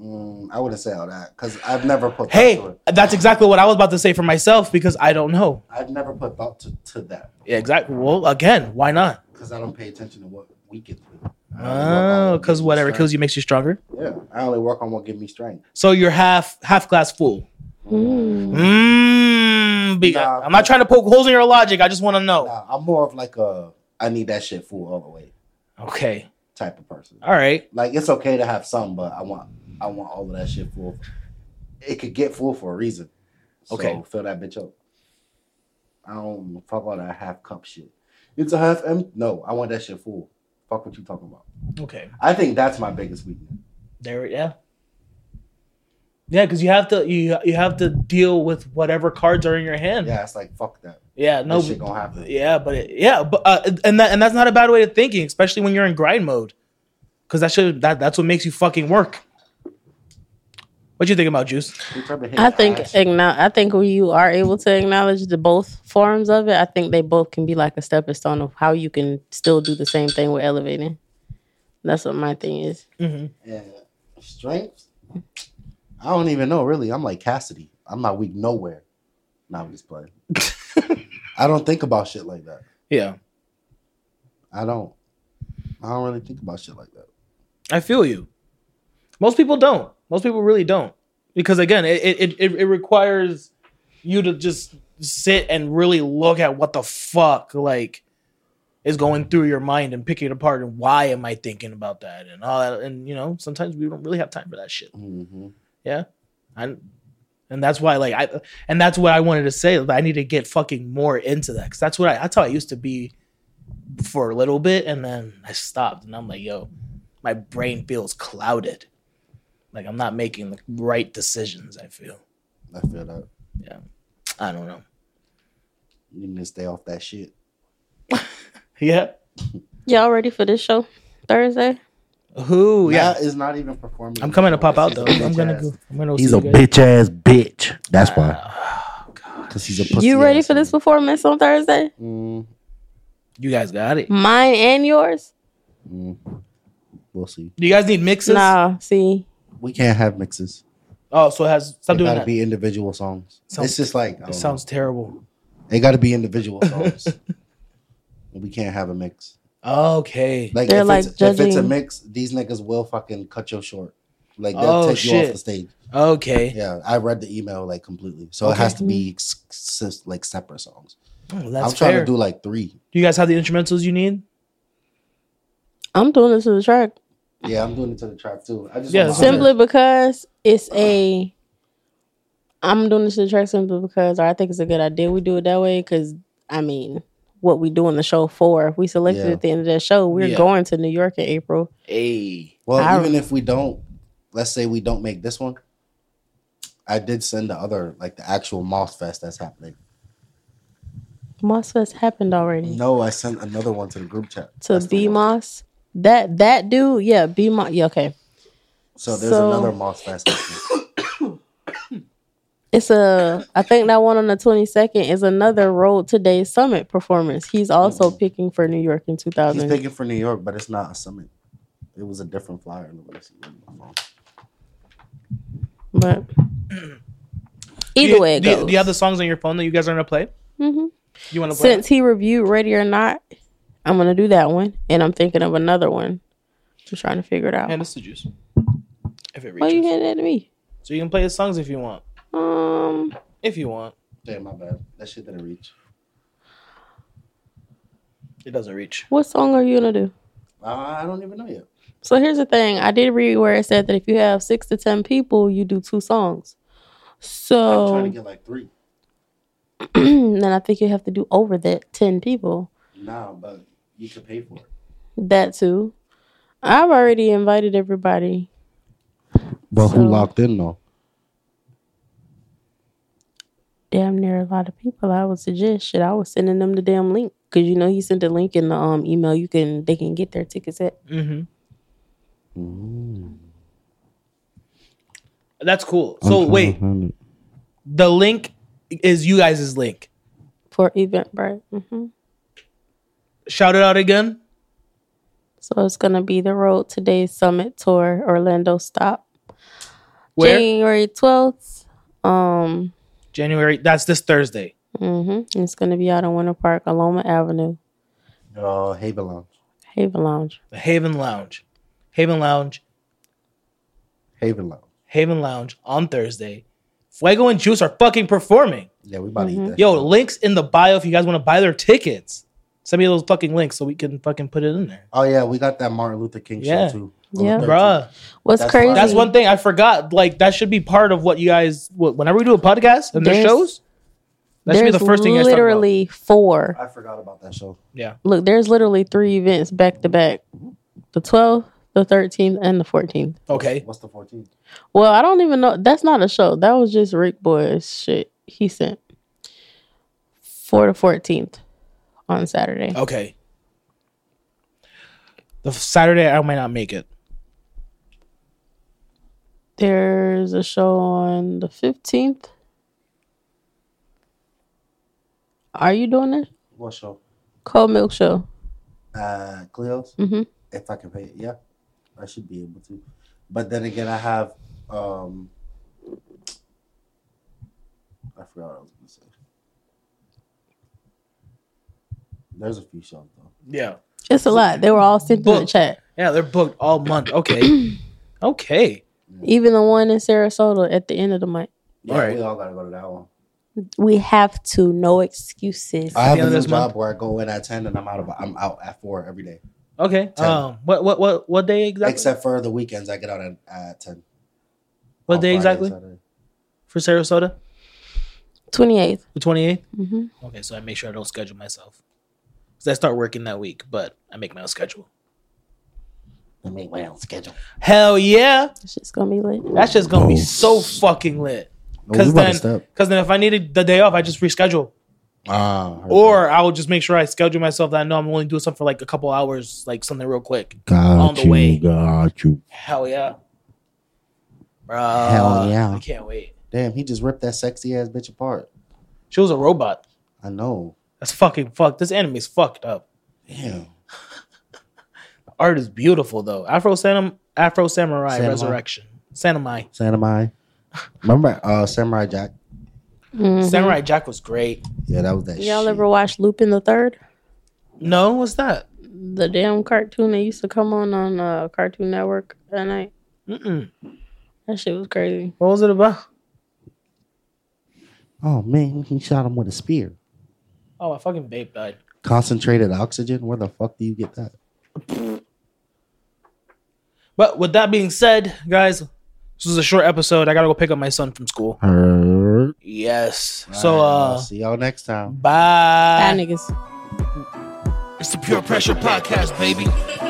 Speaker 3: Mm, I wouldn't say all that because I've never put.
Speaker 1: Hey,
Speaker 3: thought to it.
Speaker 1: that's exactly what I was about to say for myself because I don't know.
Speaker 3: I've never put thought to, to that
Speaker 1: Yeah, exactly. Well, again, why not?
Speaker 3: because I don't pay attention to what weakens me. I only work on
Speaker 1: Oh,
Speaker 3: what
Speaker 1: because
Speaker 3: gives me
Speaker 1: whatever kills
Speaker 3: strength.
Speaker 1: you makes you stronger.
Speaker 3: Yeah, I only work on what gives me strength.
Speaker 1: So you're half half glass full.
Speaker 2: Mm.
Speaker 1: Mm, be-
Speaker 3: Nah.
Speaker 1: I'm not trying to poke holes in your logic. I just want to know.
Speaker 3: Nah, I'm more of like a I need that shit full all the way
Speaker 1: Okay.
Speaker 3: type of person.
Speaker 1: All right.
Speaker 3: Like it's okay to have some, but I want I want all of that shit full. It could get full for a reason. So
Speaker 1: Okay.
Speaker 3: fill that bitch up. I don't fuck all that half cup shit. It's a half M. No, I want that shit full. Fuck what you talking about.
Speaker 1: Okay.
Speaker 3: I think that's my biggest weakness.
Speaker 1: There. Yeah. Yeah, because you have to you you have to deal with whatever cards are in your hand.
Speaker 3: Yeah, it's like fuck that.
Speaker 1: Yeah. No.
Speaker 3: No shit gonna happen.
Speaker 1: Yeah, but it, yeah, but uh, and that and that's not a bad way of thinking, especially when you're in grind mode, because that should that that's what makes you fucking work. What you think about juice?
Speaker 3: Bitch, I've been hitting
Speaker 2: I think
Speaker 3: ass.
Speaker 2: acknow- I think when you are able to acknowledge the both forms of it, I think they both can be like a stepping stone of how you can still do the same thing with elevating. That's what my thing is.
Speaker 3: Yeah. Strength? I don't even know, really. I'm like Cassidy. I'm not weak nowhere. Now I'm just playing. I don't think about shit like that.
Speaker 1: Yeah,
Speaker 3: I don't. I don't really think about shit like that.
Speaker 1: I feel you. Most people don't. Most people really don't, because again, it it it, it requires you to just sit and really look at what the fuck like is going through your mind and pick it apart and why am I thinking about that and all that and you know sometimes we don't really have time for that shit.
Speaker 3: Mm-hmm.
Speaker 1: Yeah. I and that's why like I and that's what I wanted to say. that I need to get fucking more into that cuz that's what I that's how I used to be for a little bit and then I stopped and I'm like, yo, my brain feels clouded. Like I'm not making the right decisions, I feel.
Speaker 3: I feel that.
Speaker 1: I don't know.
Speaker 3: You need to stay off that shit.
Speaker 1: Yeah.
Speaker 2: Y'all ready for this show Thursday?
Speaker 1: Who? Yeah.
Speaker 3: Matt is not even performing.
Speaker 1: I'm coming to pop out
Speaker 3: He's
Speaker 1: though.
Speaker 3: a
Speaker 1: I'm
Speaker 3: bitch
Speaker 1: going to
Speaker 3: ass.
Speaker 1: go. I'm going to
Speaker 3: He's a bitch ass bitch. That's why.
Speaker 1: Oh,
Speaker 3: Because he's a pussy.
Speaker 2: you ready
Speaker 3: ass
Speaker 2: for this performance on Thursday?
Speaker 3: nigga. Mm,
Speaker 1: You guys got it.
Speaker 2: Mine and yours?
Speaker 1: Mm-hmm.
Speaker 3: we'll see.
Speaker 1: Do you guys need mixes?
Speaker 2: Nah, see.
Speaker 3: We can't have mixes.
Speaker 1: Oh, so it has
Speaker 3: It
Speaker 1: stop doing
Speaker 3: gotta
Speaker 1: that.
Speaker 3: be individual songs.
Speaker 1: Sounds-
Speaker 3: it's just like I
Speaker 1: it
Speaker 3: don't know.
Speaker 1: sounds terrible.
Speaker 3: They got to be individual songs. we can't have a mix.
Speaker 1: Okay.
Speaker 3: Like,
Speaker 2: They're
Speaker 3: if,
Speaker 2: like
Speaker 3: it's, if it's a
Speaker 2: judging-
Speaker 3: mix, these niggas will fucking cut you short. Like they'll
Speaker 1: Oh,
Speaker 3: take you
Speaker 1: shit.
Speaker 3: off the stage.
Speaker 1: Okay.
Speaker 3: Yeah, I read the email like completely, so it has to be s- s- like separate songs.
Speaker 1: Oh, that's
Speaker 3: I'm trying
Speaker 1: fair.
Speaker 3: to do like three.
Speaker 1: Do you guys have the instrumentals you need?
Speaker 2: I'm doing this to the track.
Speaker 3: Yeah, I'm doing it to the trap too. I just
Speaker 1: Yeah,
Speaker 3: want my-
Speaker 2: Simply because it's a. I'm doing this to the track simply because or I think it's a good idea we do it that way because, I mean, what we doing the show for. If we selected
Speaker 3: Yeah.
Speaker 2: at the end of that show, we're
Speaker 3: Yeah.
Speaker 2: going to New York in April.
Speaker 3: Hey. Well,
Speaker 2: I-
Speaker 3: even if we don't, let's say we don't make this one, I did send the other, like the actual Moss Fest that's happening.
Speaker 2: Moss Fest happened already.
Speaker 3: No, I sent another one to the group chat.
Speaker 2: To B Moss. That that dude, yeah, B Moss. Yeah, okay.
Speaker 3: So there's
Speaker 2: So-
Speaker 3: another Moss Fest. happening.
Speaker 2: It's a I think that one on the twenty second is another Road to Day Summit performance. He's also
Speaker 1: Mm.
Speaker 2: picking for New York in two
Speaker 3: He's
Speaker 2: thousand.
Speaker 3: picking for New York, but it's not a summit. It was a different flyer. Let me see. Let me- hold on.
Speaker 2: but either
Speaker 1: Do-
Speaker 2: way it
Speaker 1: do,
Speaker 2: goes.
Speaker 1: do you have the songs on your phone that you guys are gonna play?
Speaker 2: hmm
Speaker 1: You want to play?
Speaker 2: Since he reviewed Ready or Not, I'm gonna do that one, and I'm thinking of another one. I'm trying to figure it out.
Speaker 1: And it's the juice. If it reaches.
Speaker 2: Why you handing it to me?
Speaker 1: So you can play his songs if you want.
Speaker 2: Um,
Speaker 1: If you want.
Speaker 3: Damn, my bad. That shit didn't reach.
Speaker 1: It doesn't reach.
Speaker 2: what song are you gonna do?
Speaker 3: I I don't even know yet.
Speaker 2: So here's the thing. I did read where it said that if you have six to ten people, you do two songs.
Speaker 3: I'm trying to
Speaker 2: So
Speaker 3: get like three.
Speaker 2: then I think you have to do over that ten people.
Speaker 3: Nah, but you could pay for it.
Speaker 2: That too. I've already invited everybody.
Speaker 3: But
Speaker 2: who So-
Speaker 3: locked in though?
Speaker 2: Damn near a lot of people. I would suggest shit. I was sending them the damn link because you know he sent the link in the um email. You can they can get their tickets at.
Speaker 1: Mm-hmm. That's cool. So wait, the link is you guys' link.
Speaker 2: for Eventbrite. hmm
Speaker 1: Shout it out again.
Speaker 2: So it's gonna be the Road Today Summit Tour Orlando stop,
Speaker 1: Where?
Speaker 2: January twelfth. Um,
Speaker 1: January. That's this Thursday.
Speaker 2: mhm. it's gonna be out in Winter Park, Aloma Avenue,
Speaker 3: Oh, Haven Lounge.
Speaker 2: Haven Lounge.
Speaker 1: The Haven Lounge. Haven Lounge.
Speaker 3: Haven Lounge.
Speaker 1: Haven Lounge on Thursday. Fuego and Juice are fucking performing.
Speaker 3: Yeah, we about to
Speaker 2: Mm-hmm.
Speaker 3: eat that.
Speaker 1: Yo, links in the bio if you guys want to buy their tickets. Send me those fucking links so we can fucking put it in there.
Speaker 3: Oh yeah, we got that Martin Luther King
Speaker 1: Yeah.
Speaker 3: show too.
Speaker 2: Yeah.
Speaker 1: Bruh.
Speaker 2: What's
Speaker 3: That's
Speaker 2: crazy?
Speaker 3: fine.
Speaker 1: That's one thing I forgot. Like that should be part of what you guys. What, whenever we do a podcast and their
Speaker 2: There's-
Speaker 1: shows, that should be the
Speaker 2: There's
Speaker 1: first thing you guys talk about.
Speaker 2: literally four.
Speaker 3: I forgot about that show.
Speaker 1: Yeah,
Speaker 2: Look, there's literally three events back to back: the twelfth, the thirteenth, and the fourteenth.
Speaker 1: Okay.
Speaker 3: What's the 14th?
Speaker 2: Well, I don't even know. That's not a show. That was just Rick Boy's shit he sent for the 14th on Saturday.
Speaker 1: Okay. The f- Saturday I might not make it.
Speaker 2: There's a show on the 15th. Are you doing it?
Speaker 3: What show?
Speaker 2: Cold Milk Show.
Speaker 3: Uh, Cleo's.
Speaker 2: Mhm.
Speaker 3: If I can pay it, yeah, I should be able to. But then again, I have. um I forgot what I was gonna say. There's a few shows though.
Speaker 1: Yeah.
Speaker 2: It's a lot. They were all sent in the
Speaker 1: Booked.
Speaker 2: chat.
Speaker 1: Yeah, they're booked all month. Okay. okay.
Speaker 2: Even the one in Sarasota at the end of the month.
Speaker 3: Yeah,
Speaker 1: Alright.
Speaker 3: we all gotta go to that one.
Speaker 2: We have to. No excuses.
Speaker 3: I have
Speaker 1: the end
Speaker 3: a
Speaker 1: of
Speaker 3: new
Speaker 1: this
Speaker 3: job
Speaker 1: month?
Speaker 3: where I go in at ten and I'm out of. I'm out at four every day,
Speaker 1: Okay.
Speaker 3: Ten.
Speaker 1: Um. What? What? What? What day exactly?
Speaker 3: except for the weekends. I get out at, at ten.
Speaker 1: what
Speaker 3: on
Speaker 1: day
Speaker 3: Friday,
Speaker 1: exactly
Speaker 3: Saturday.
Speaker 1: for Sarasota?
Speaker 2: 28th.
Speaker 1: The twenty eighth.
Speaker 2: hmm
Speaker 1: Okay, so I make sure I don't schedule myself. Cause I start working that week, but I make my own schedule.
Speaker 3: I make my own schedule.
Speaker 1: Hell yeah!
Speaker 2: It's just going to be lit.
Speaker 1: That's just gonna be so fucking lit. Cause then, cause then if I needed the day off, I just reschedule,
Speaker 3: Ah,
Speaker 1: or I will just make sure I schedule myself that I know I'm only doing something for like a couple hours, like something real quick.
Speaker 3: got
Speaker 1: on the you, way.
Speaker 3: got you.
Speaker 1: Hell yeah, Bruh,
Speaker 3: Hell yeah.
Speaker 1: I can't wait.
Speaker 3: Damn, he just ripped that sexy ass bitch apart.
Speaker 1: She was a robot.
Speaker 3: I know.
Speaker 1: That's fucking fucked. This anime's fucked up.
Speaker 3: Damn.
Speaker 1: Art is beautiful though. Afro Sanam, Afro Samurai
Speaker 3: Samurai.
Speaker 1: Resurrection, Samurai,
Speaker 3: Samurai. Remember uh Samurai Jack?
Speaker 2: Mhm.
Speaker 1: Samurai Jack was great.
Speaker 3: Yeah, that was that
Speaker 2: Y'all
Speaker 3: shit.
Speaker 2: ever watch Lupin the Third?
Speaker 1: No, what's that?
Speaker 2: the damn cartoon that used to come on on uh, Cartoon Network at night.
Speaker 1: Mm-mm.
Speaker 2: That shit was crazy.
Speaker 1: What was it about?
Speaker 3: oh man, he shot him with a spear.
Speaker 1: Oh, my fucking vape died.
Speaker 3: Concentrated oxygen? Where the fuck do you get that?
Speaker 1: But with that being said, guys, this was a short episode. I gotta go pick up my son from school.
Speaker 3: Hurt.
Speaker 1: Yes. So uh
Speaker 3: see y'all next time.
Speaker 1: bye.
Speaker 2: Bye, niggas.
Speaker 10: It's the Pure Pressure Podcast, baby.